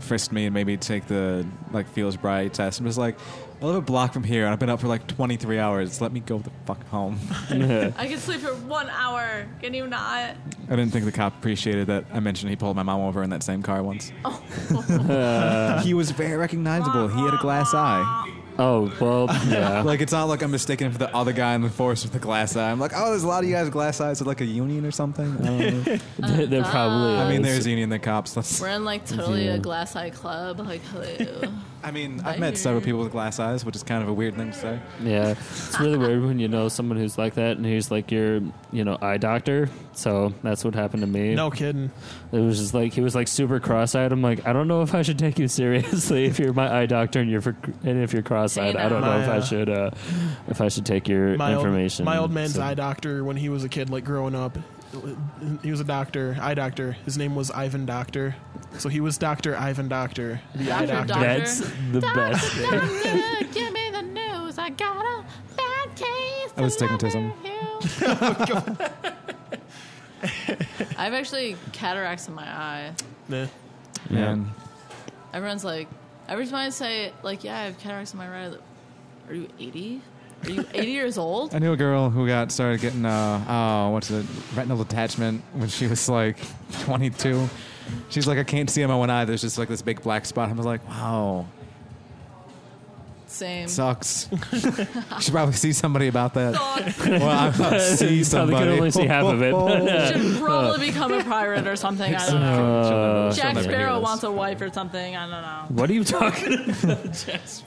Speaker 2: frisked me and made me take the like Fields Bright test. And was like, I live a block from here, and I've been up for like 23 hours. Let me go the fuck home. (laughs)
Speaker 4: I can sleep for one hour. Can you not?
Speaker 2: I didn't think the cop appreciated that I mentioned he pulled my mom over in that same car once. (laughs) he was very recognizable. He had a glass eye.
Speaker 5: oh
Speaker 4: (laughs)
Speaker 5: well, yeah.
Speaker 2: Like it's not like I'm mistaken for the other guy in the forest with the glass eye. I'm like, oh, there's a lot of you guys with glass eyes. Is it like a union or something? I, don't know.
Speaker 5: There- there probably.
Speaker 2: I mean,
Speaker 5: is.
Speaker 2: there's union, the cops. Let's,
Speaker 4: We're in like totally
Speaker 5: Yeah.
Speaker 4: a glass eye club. Like (laughs) hello.
Speaker 2: I mean, I've met several people with glass eyes, which is kind of a weird thing to say.
Speaker 5: Yeah, it's really weird when you know someone who's like that, and he's like your, you know, eye doctor. So that's what happened to me.
Speaker 1: No kidding.
Speaker 5: it was just like he was like super cross-eyed. I'm like, I don't know if I should take you seriously if you're my eye doctor and you're for, and if you're cross-eyed,
Speaker 4: Hey,
Speaker 5: I don't
Speaker 1: now.
Speaker 5: know if
Speaker 1: My,
Speaker 5: I
Speaker 1: uh,
Speaker 5: should uh, if I should take your
Speaker 1: My
Speaker 5: information.
Speaker 1: Old, my old man's
Speaker 5: So-
Speaker 1: eye doctor when he was a kid, like growing up. He was a doctor, eye doctor. His name was Ivan Doctor, so he was Doctor Ivan Doctor, the eye
Speaker 4: Doctor
Speaker 1: doctor.
Speaker 4: Doc-
Speaker 5: That's the
Speaker 4: (laughs)
Speaker 5: best. thing.
Speaker 4: Doctor, give me the news. I got a bad case.
Speaker 2: That was stigmatism.
Speaker 4: I have actually cataracts in my eye.
Speaker 1: Nah.
Speaker 2: And
Speaker 4: Everyone's like, every time I say like, yeah, I have cataracts in my right. eye, like, Are you 80? Are you 80 years
Speaker 5: (laughs)
Speaker 4: old?
Speaker 2: I knew a girl who got started getting uh oh what's it retinal detachment when she was like 22. She's like I can't see in my one eye. There's just like this big black spot. I was like, wow,
Speaker 5: (laughs)
Speaker 4: Same.
Speaker 2: sucks. Should probably see somebody about that.
Speaker 4: Dog.
Speaker 2: Well, I'm not see
Speaker 5: You probably
Speaker 2: somebody.
Speaker 5: could only see half
Speaker 2: (laughs)
Speaker 5: of it.
Speaker 4: Should probably become a pirate or something. I don't know.
Speaker 5: (laughs) Uh,
Speaker 4: Jack
Speaker 2: never hear
Speaker 4: Sparrow
Speaker 2: this.
Speaker 4: wants a wife or something. I don't know.
Speaker 5: what are you talking? about?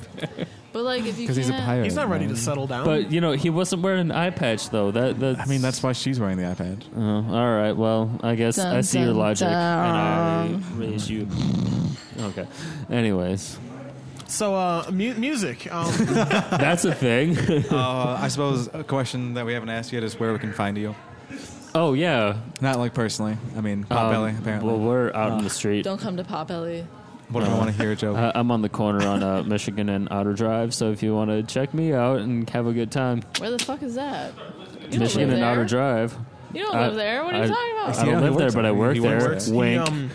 Speaker 4: But like, if you
Speaker 2: Because
Speaker 4: can't,
Speaker 2: he's a pirate.
Speaker 1: He's not ready
Speaker 2: man.
Speaker 1: to settle down.
Speaker 5: But you know, he wasn't wearing an eye patch though. That that's,
Speaker 2: I mean, that's why she's wearing the iPad.
Speaker 5: Oh, all right. Well, I guess I
Speaker 4: Dun,
Speaker 5: see your
Speaker 4: dun,
Speaker 5: logic, and I
Speaker 4: dun.
Speaker 5: raise you. Okay. Anyways,
Speaker 1: so uh, mu- music. Um,
Speaker 5: that's a thing.
Speaker 2: (laughs)
Speaker 5: (laughs)
Speaker 2: Uh, I suppose a question that we haven't asked yet is where we can find you.
Speaker 5: oh yeah,
Speaker 2: Not like personally. I mean, pop belly
Speaker 5: Um,
Speaker 2: apparently. Uh,
Speaker 5: Well, we're out in the street.
Speaker 4: Don't come to Pop Ellie.
Speaker 2: what if I want to hear a joke?
Speaker 5: Uh, I'm on the corner on uh, (laughs) Michigan and Otter Drive, so if you want to check me out and have a good time,
Speaker 4: Where the fuck is that? You don't
Speaker 5: Michigan
Speaker 4: live
Speaker 5: and
Speaker 4: there.
Speaker 5: Otter Drive.
Speaker 4: You don't
Speaker 5: I-
Speaker 4: live there. What are
Speaker 5: Uh, I-
Speaker 4: you talking about?
Speaker 5: I
Speaker 2: Yeah,
Speaker 5: don't
Speaker 2: he
Speaker 5: live there,
Speaker 2: works
Speaker 5: but I
Speaker 2: there.
Speaker 5: work
Speaker 2: He
Speaker 5: there.
Speaker 2: works
Speaker 1: he,
Speaker 2: there.
Speaker 5: Wink.
Speaker 1: um,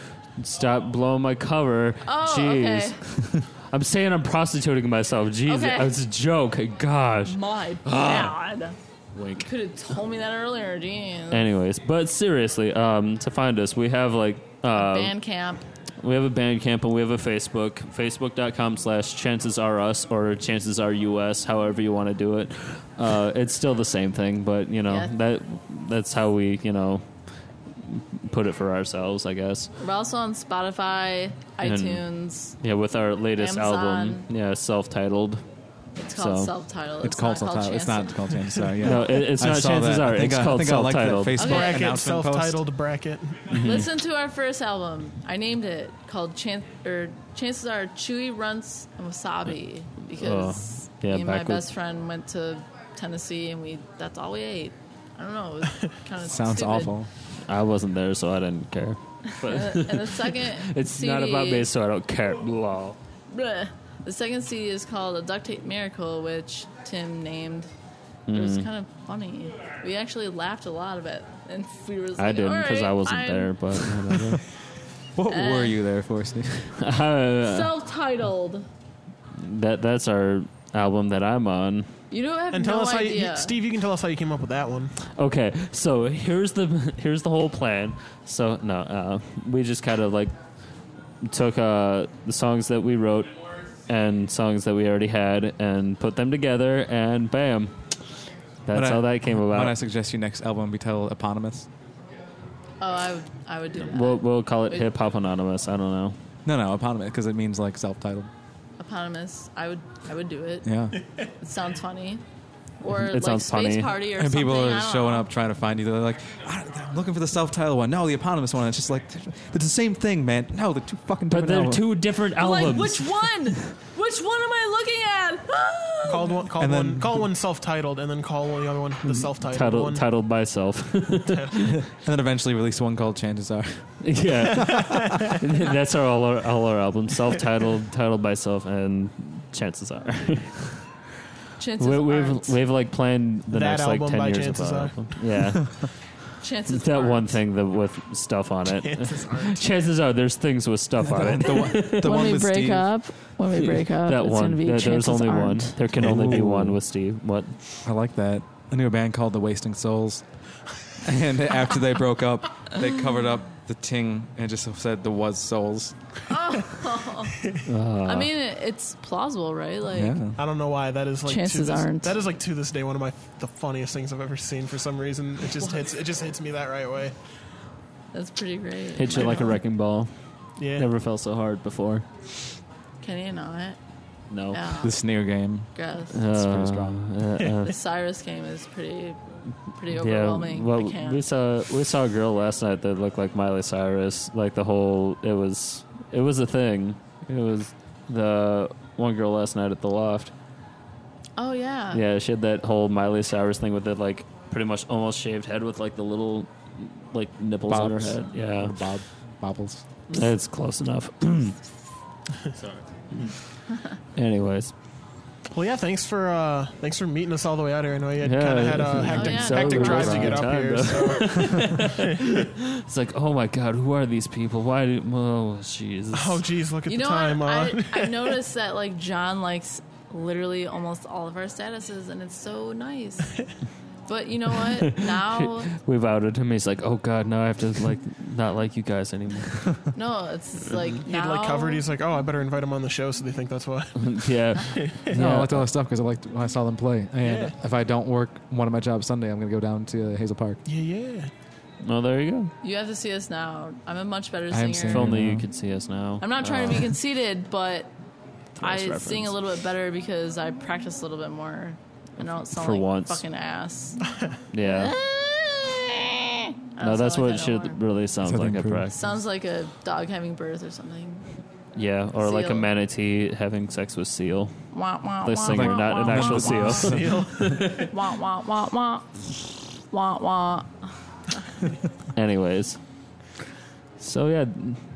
Speaker 5: Stop blowing my cover.
Speaker 4: Oh,
Speaker 5: Jeez.
Speaker 4: okay.
Speaker 5: I'm saying I'm prostituting myself. Jeez,
Speaker 4: Okay.
Speaker 5: it's a joke. Gosh.
Speaker 4: My God.
Speaker 5: Ah. Wink.
Speaker 4: Could have told me that earlier, Gene.
Speaker 5: Anyways, but seriously, um, to find us, we have like uh,
Speaker 4: Bandcamp.
Speaker 5: we have a Bandcamp and we have a Facebook. Facebook.com slash chances are us or chances are us, however you want to do it. Uh, it's still the same thing, but you know,
Speaker 4: Yeah.
Speaker 5: that that's how we, you know, put it for ourselves, I guess.
Speaker 4: We're also on Spotify,
Speaker 5: And-
Speaker 4: iTunes.
Speaker 5: Yeah, with our latest
Speaker 4: Amazon.
Speaker 5: album. Yeah, self titled.
Speaker 4: It's called
Speaker 5: so-
Speaker 4: self-titled.
Speaker 2: It's called
Speaker 4: not
Speaker 2: self-titled. It's not
Speaker 4: Chanson.
Speaker 2: called chances (laughs) are. Yeah.
Speaker 5: No, it, it's
Speaker 2: I
Speaker 5: not
Speaker 2: saw
Speaker 5: chances
Speaker 2: that.
Speaker 5: are.
Speaker 2: I think
Speaker 5: It's
Speaker 2: I- I
Speaker 5: called
Speaker 2: think I
Speaker 5: self
Speaker 2: liked that
Speaker 5: titled.
Speaker 2: Facebook
Speaker 4: Okay.
Speaker 1: bracket
Speaker 2: announcement post.
Speaker 1: self-titled bracket.
Speaker 5: Hmm.
Speaker 4: Listen to our first album. I named it called Chan- or Chances Are Chewy Runts and Wasabi because
Speaker 5: Oh, yeah,
Speaker 4: me and my
Speaker 5: back with-
Speaker 4: best friend went to Tennessee and we that's all we ate. I don't know.
Speaker 5: (laughs)
Speaker 4: It was kind of
Speaker 2: Sounds
Speaker 4: stupid.
Speaker 2: awful.
Speaker 5: I wasn't there, so I didn't care. But
Speaker 4: And the second
Speaker 5: (laughs) it's
Speaker 4: CD,
Speaker 5: not about me, so I don't care. Lol.
Speaker 4: bleh. the second CD is called A Duct Tape Miracle, which Tim named. It
Speaker 5: Hmm.
Speaker 4: was kind of funny. We actually laughed a lot of it, and we were. Like,
Speaker 5: I didn't because
Speaker 4: because
Speaker 5: I wasn't there, but whatever. (laughs)
Speaker 2: What were you there for, Steve?
Speaker 5: Uh,
Speaker 4: Self-titled.
Speaker 5: that that's our album that I'm on.
Speaker 4: You don't have
Speaker 1: And
Speaker 4: no
Speaker 1: tell us
Speaker 4: idea.
Speaker 1: how you, Steve. You can tell us how you came up with that one.
Speaker 5: Okay, so here's the (laughs) here's the whole plan. So no, uh, we just kind of like took uh, the songs that we wrote and songs that we already had and put them together, and bam, that's
Speaker 2: When I-
Speaker 5: how that came
Speaker 2: Why
Speaker 5: about.
Speaker 2: don't I suggest your next album be titled Eponymous?
Speaker 4: Oh, I would, I would do that.
Speaker 5: we'll we'll call it Hip Hop Anonymous. I don't know.
Speaker 2: No, no, Eponymous, because it means like self-titled.
Speaker 4: Eponymous. I would, I would do it.
Speaker 2: Yeah.
Speaker 4: It sounds funny. or
Speaker 5: It
Speaker 4: like
Speaker 5: sounds
Speaker 4: space
Speaker 5: funny.
Speaker 4: party or
Speaker 2: and
Speaker 4: something.
Speaker 2: people
Speaker 4: I
Speaker 2: are
Speaker 4: don't
Speaker 2: showing
Speaker 4: know.
Speaker 2: up trying to find you. They're like, I don't- I'm looking for the self-titled one. No, the eponymous one. It's just like, it's the same thing, man. No, they're two fucking
Speaker 5: But
Speaker 2: different.
Speaker 5: they're
Speaker 2: albums.
Speaker 5: two different albums.
Speaker 4: Like which
Speaker 2: (laughs)
Speaker 4: one? which one am I looking at? Ah!
Speaker 1: Call one, call
Speaker 2: And then-
Speaker 1: one, call one self-titled, and then call one, the other one the self-titled
Speaker 5: Titled,
Speaker 1: one. (laughs)
Speaker 5: titled myself. (laughs)
Speaker 2: and then eventually released one called Chances Are. (laughs)
Speaker 5: yeah, that's our all our, all our albums: self-titled, titled by self, and chances are
Speaker 4: (gasps) Chances
Speaker 5: we,
Speaker 4: aren't.
Speaker 5: we've we've like planned the
Speaker 1: That
Speaker 5: next like
Speaker 1: album
Speaker 5: ten
Speaker 1: by
Speaker 5: years
Speaker 1: Chances
Speaker 5: of our
Speaker 1: Are.
Speaker 5: album.
Speaker 1: (laughs)
Speaker 5: Yeah,
Speaker 4: Chances
Speaker 5: it's that
Speaker 4: aren't.
Speaker 5: one thing that with stuff on it.
Speaker 1: Chances are.
Speaker 5: chances are there's things with stuff
Speaker 4: (laughs)
Speaker 5: on it.
Speaker 2: (laughs) the one, the
Speaker 4: when
Speaker 2: one
Speaker 4: we
Speaker 2: with
Speaker 4: break
Speaker 2: Steve.
Speaker 4: up, when we break up,
Speaker 5: that
Speaker 4: it's
Speaker 5: one.
Speaker 4: gonna be
Speaker 5: There- there's
Speaker 4: chances
Speaker 5: only
Speaker 4: aren't.
Speaker 5: one. There can only be
Speaker 2: Ooh.
Speaker 5: one with Steve. What?
Speaker 2: I like that. I knew a band called The Wasting Souls, and after they broke up, they covered up the ting and just said the was souls.
Speaker 5: Uh,
Speaker 4: I mean, it, it's plausible, right? Like,
Speaker 2: Yeah.
Speaker 1: I don't know why that is like to
Speaker 4: Chances
Speaker 1: this,
Speaker 4: aren't.
Speaker 1: That is like to this day one of my the funniest things I've ever seen. For some reason, it just hits it just hits me that right way.
Speaker 4: that's pretty great.
Speaker 5: Hit you like a wrecking ball.
Speaker 1: Yeah,
Speaker 5: Never felt so hard before.
Speaker 4: Can you not?
Speaker 5: No. Uh,
Speaker 4: Yeah,
Speaker 2: The sneer game.
Speaker 4: gross.
Speaker 5: It's
Speaker 2: pretty
Speaker 1: (laughs)
Speaker 2: strong.
Speaker 4: the Cyrus game is pretty, pretty
Speaker 5: Yeah,
Speaker 4: overwhelming.
Speaker 5: well,
Speaker 4: I can't.
Speaker 5: we saw we saw a girl last night that looked like Miley Cyrus. Like the whole, it was it was a thing. It was the one girl last night at the loft.
Speaker 4: oh yeah.
Speaker 5: Yeah, she had that whole Miley Cyrus thing with it, like pretty much almost shaved head with like the little like nipples on her
Speaker 2: Bobs.
Speaker 5: head. Yeah,
Speaker 2: Bob, bobbles.
Speaker 5: it's close enough. (clears throat) Sorry. Anyways,
Speaker 1: Well, yeah. Thanks for uh, thanks for meeting us all the way out here. I know you had
Speaker 5: Yeah,
Speaker 1: kind of had
Speaker 5: yeah.
Speaker 1: a hectic,
Speaker 4: Oh, yeah.
Speaker 1: hectic
Speaker 4: So
Speaker 1: drive to
Speaker 4: was
Speaker 1: get
Speaker 5: my
Speaker 1: up
Speaker 5: time,
Speaker 1: here.
Speaker 5: though.
Speaker 1: So
Speaker 5: (laughs) it's like, oh my god, who are these people? Why do? Oh, Jesus.
Speaker 1: oh, geez, look at
Speaker 4: You
Speaker 1: the
Speaker 4: know,
Speaker 1: time. (laughs)
Speaker 4: what?
Speaker 1: uh,
Speaker 4: I, I noticed that like John likes literally almost all of our statuses, and it's so nice. But you know what?
Speaker 1: (laughs)
Speaker 4: Now,
Speaker 5: We've outed him. He's like, oh god, now I have to like not like you guys anymore. (laughs)
Speaker 4: no, it's just, like
Speaker 1: he
Speaker 4: now.
Speaker 1: had like covered. He's like, oh, I better invite him on the show, so they think that's why. (laughs)
Speaker 5: yeah.
Speaker 2: No, I
Speaker 5: Yeah.
Speaker 2: liked all that stuff because I liked when I saw them play. And if I don't work one of my jobs Sunday, I'm gonna go down to Hazel Park.
Speaker 1: yeah,
Speaker 5: (laughs)
Speaker 1: yeah.
Speaker 5: Well, there you go.
Speaker 4: you have to see us now. I'm a much better
Speaker 2: I am
Speaker 4: singer.
Speaker 5: If
Speaker 2: singing.
Speaker 5: only
Speaker 2: Yeah.
Speaker 5: you could see us now.
Speaker 4: I'm not trying
Speaker 1: Uh.
Speaker 4: to be conceited, but I
Speaker 5: Nice reference.
Speaker 4: sing a little bit better because I practice a little bit more. I don't sound
Speaker 5: For
Speaker 4: like
Speaker 5: once.
Speaker 4: fucking
Speaker 1: (laughs)
Speaker 4: ass.
Speaker 5: Yeah.
Speaker 4: I don't
Speaker 5: No, that's
Speaker 4: sound
Speaker 5: what
Speaker 4: like
Speaker 5: it
Speaker 4: that
Speaker 5: should
Speaker 4: anymore.
Speaker 5: really sounds
Speaker 2: Something
Speaker 5: like at
Speaker 2: proves.
Speaker 5: practice.
Speaker 4: Sounds like a dog having birth or something.
Speaker 5: Yeah, or like a
Speaker 4: Seal.
Speaker 5: manatee having sex with seal.
Speaker 4: Wah, wah,
Speaker 5: The
Speaker 4: wah,
Speaker 5: singer,
Speaker 4: wah,
Speaker 5: not an
Speaker 4: wah,
Speaker 5: actual E
Speaker 4: wah,
Speaker 5: seal.
Speaker 1: Deal.
Speaker 4: Wah, wah, wah, wah. Wah, wah.
Speaker 5: (laughs) Anyways. So yeah,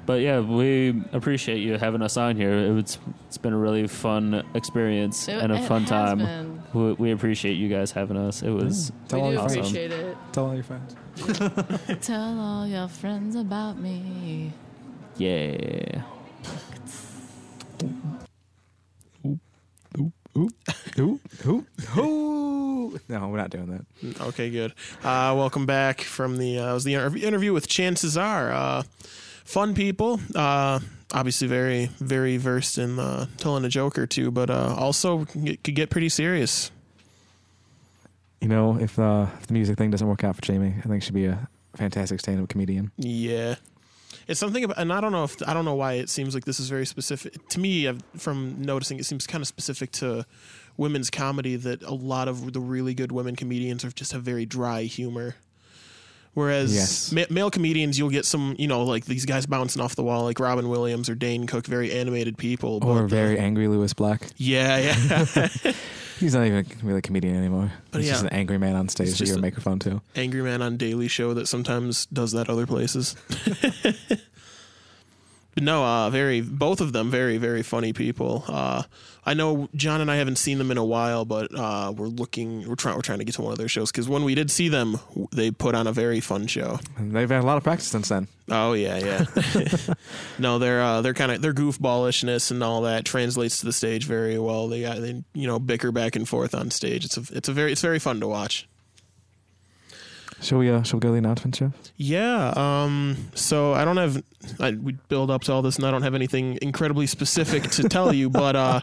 Speaker 5: but yeah, we appreciate you having us on here. It was, it's been a really fun experience
Speaker 4: It-
Speaker 5: and a
Speaker 4: it
Speaker 5: fun
Speaker 4: has
Speaker 5: time.
Speaker 4: been.
Speaker 5: We, we appreciate you guys having us. It was
Speaker 2: Tell
Speaker 4: we
Speaker 2: all
Speaker 4: do
Speaker 2: your
Speaker 5: awesome.
Speaker 4: appreciate it.
Speaker 2: Tell all your friends.
Speaker 4: Tell all your friends about me.
Speaker 5: yeah.
Speaker 2: Who? Who? Who? No, we're not doing that.
Speaker 1: Okay, good. Uh, welcome back from the uh, it was the inter- interview with Chances Are. Uh, fun people, uh, obviously very very versed in uh, telling a joke or two, but uh, also it could get pretty serious.
Speaker 2: You know, if, uh, if the music thing doesn't work out for Jamie, I think she'd be a fantastic stand-up comedian.
Speaker 1: Yeah. It's something about, and I don't know if I don't know why it seems like this is very specific to me. I've, from noticing, it seems kind of specific to women's comedy that a lot of the really good women comedians are just have very dry humor. Whereas
Speaker 2: Yes.
Speaker 1: ma- male comedians, you'll get some, you know, like these guys bouncing off the wall, like Robin Williams or Dane Cook, very animated people. but
Speaker 2: Or
Speaker 1: the-
Speaker 2: very angry Lewis Black.
Speaker 1: yeah, yeah,
Speaker 2: He's not even really a comedian anymore.
Speaker 1: But
Speaker 2: He's
Speaker 1: yeah.
Speaker 2: just an angry man on stage
Speaker 1: It's
Speaker 2: with
Speaker 1: just
Speaker 2: your
Speaker 1: a-
Speaker 2: microphone too.
Speaker 1: angry man on Daily Show that sometimes does that other places. (laughs) but no, uh, very both of them very very funny people. Uh, I know John and I haven't seen them in a while, but uh, we're looking we're trying we're trying to get to one of their shows because when we did see them, w- they put on a very fun show.
Speaker 2: And they've had a lot of practice since then.
Speaker 1: Oh yeah, yeah. (laughs) no, their uh, their kind of their goofballishness and all that translates to the stage very well. They got they you know bicker back and forth on stage. It's a it's a very it's very fun to watch.
Speaker 2: Shall we? Uh, shall we go to the announcement, Jeff?
Speaker 1: Yeah. Um, so I don't have. I, we build up to all this, and I don't have anything incredibly specific to tell you, but uh,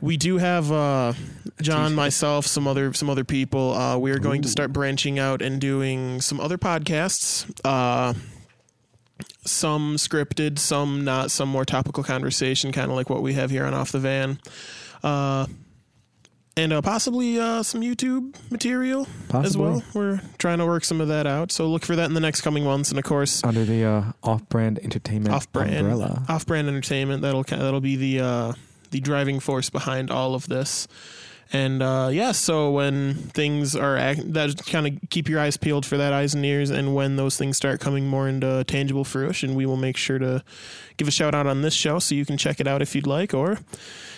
Speaker 1: we do have uh, John, myself, some other some other people. Uh, we are going to start branching out and doing some other podcasts. Uh, some scripted, some not, some more topical conversation, kind of like what we have here on Off the Van. Uh, and uh, possibly uh, some YouTube material as
Speaker 2: Possibly.
Speaker 1: well. We're trying to work some of that out, so look for that in the next coming months. And of course,
Speaker 2: Under the uh, off-brand entertainment
Speaker 1: off-brand,
Speaker 2: umbrella.
Speaker 1: off-brand entertainment. That'll ki- that'll be the uh, the driving force behind all of this. And uh, yeah, so when things are ac- that kind of keep your eyes peeled for that, eyes and ears, and when those things start coming more into tangible fruition, we will make sure to give a shout out on this show so you can check it out if you'd like, or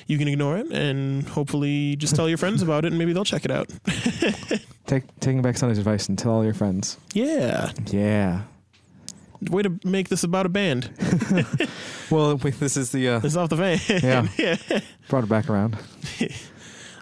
Speaker 1: you can ignore it and hopefully just tell your friends about it and maybe they'll check it out.
Speaker 2: Take taking back Sunday's advice and tell all your friends.
Speaker 1: Yeah,
Speaker 2: Yeah.
Speaker 1: way to make this about a band.
Speaker 2: Well, (laughs) we, this is the uh,
Speaker 1: It's off the van. (laughs)
Speaker 2: yeah. Brought it back around.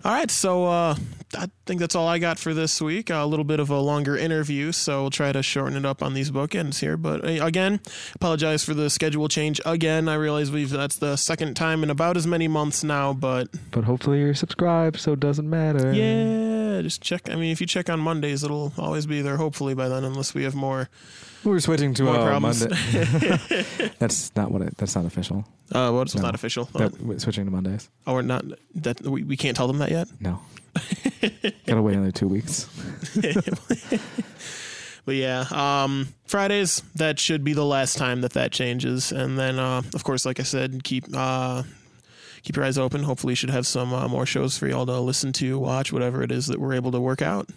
Speaker 1: All right, so uh, I think that's all I got for this week. a little bit of a longer interview, so we'll try to shorten it up on these bookends here. But uh, again, apologize for the schedule change. Again, I realize we've that's the second time in about as many months now. But
Speaker 2: But hopefully you're subscribed, so it doesn't matter.
Speaker 1: yeah, just check. I mean, if you check on Mondays, it'll always be there. Hopefully by then, unless we have more
Speaker 2: We're switching to
Speaker 1: more
Speaker 2: uh,
Speaker 1: problems.
Speaker 2: Monday.
Speaker 1: (laughs)
Speaker 2: (laughs) That's not what. It, that's not official.
Speaker 1: Uh, well, it's
Speaker 2: No.
Speaker 1: not official.
Speaker 2: That, we're switching to Mondays.
Speaker 1: Oh, we're not that we, we can't tell them that yet. (laughs)
Speaker 2: No. Gotta wait another two weeks.
Speaker 1: But yeah, um, Fridays, that should be the last time that that changes. And then, uh, of course, like I said, keep uh, keep your eyes open. Hopefully, should have some uh, more shows for y'all to listen to, watch, whatever it is that we're able to work out.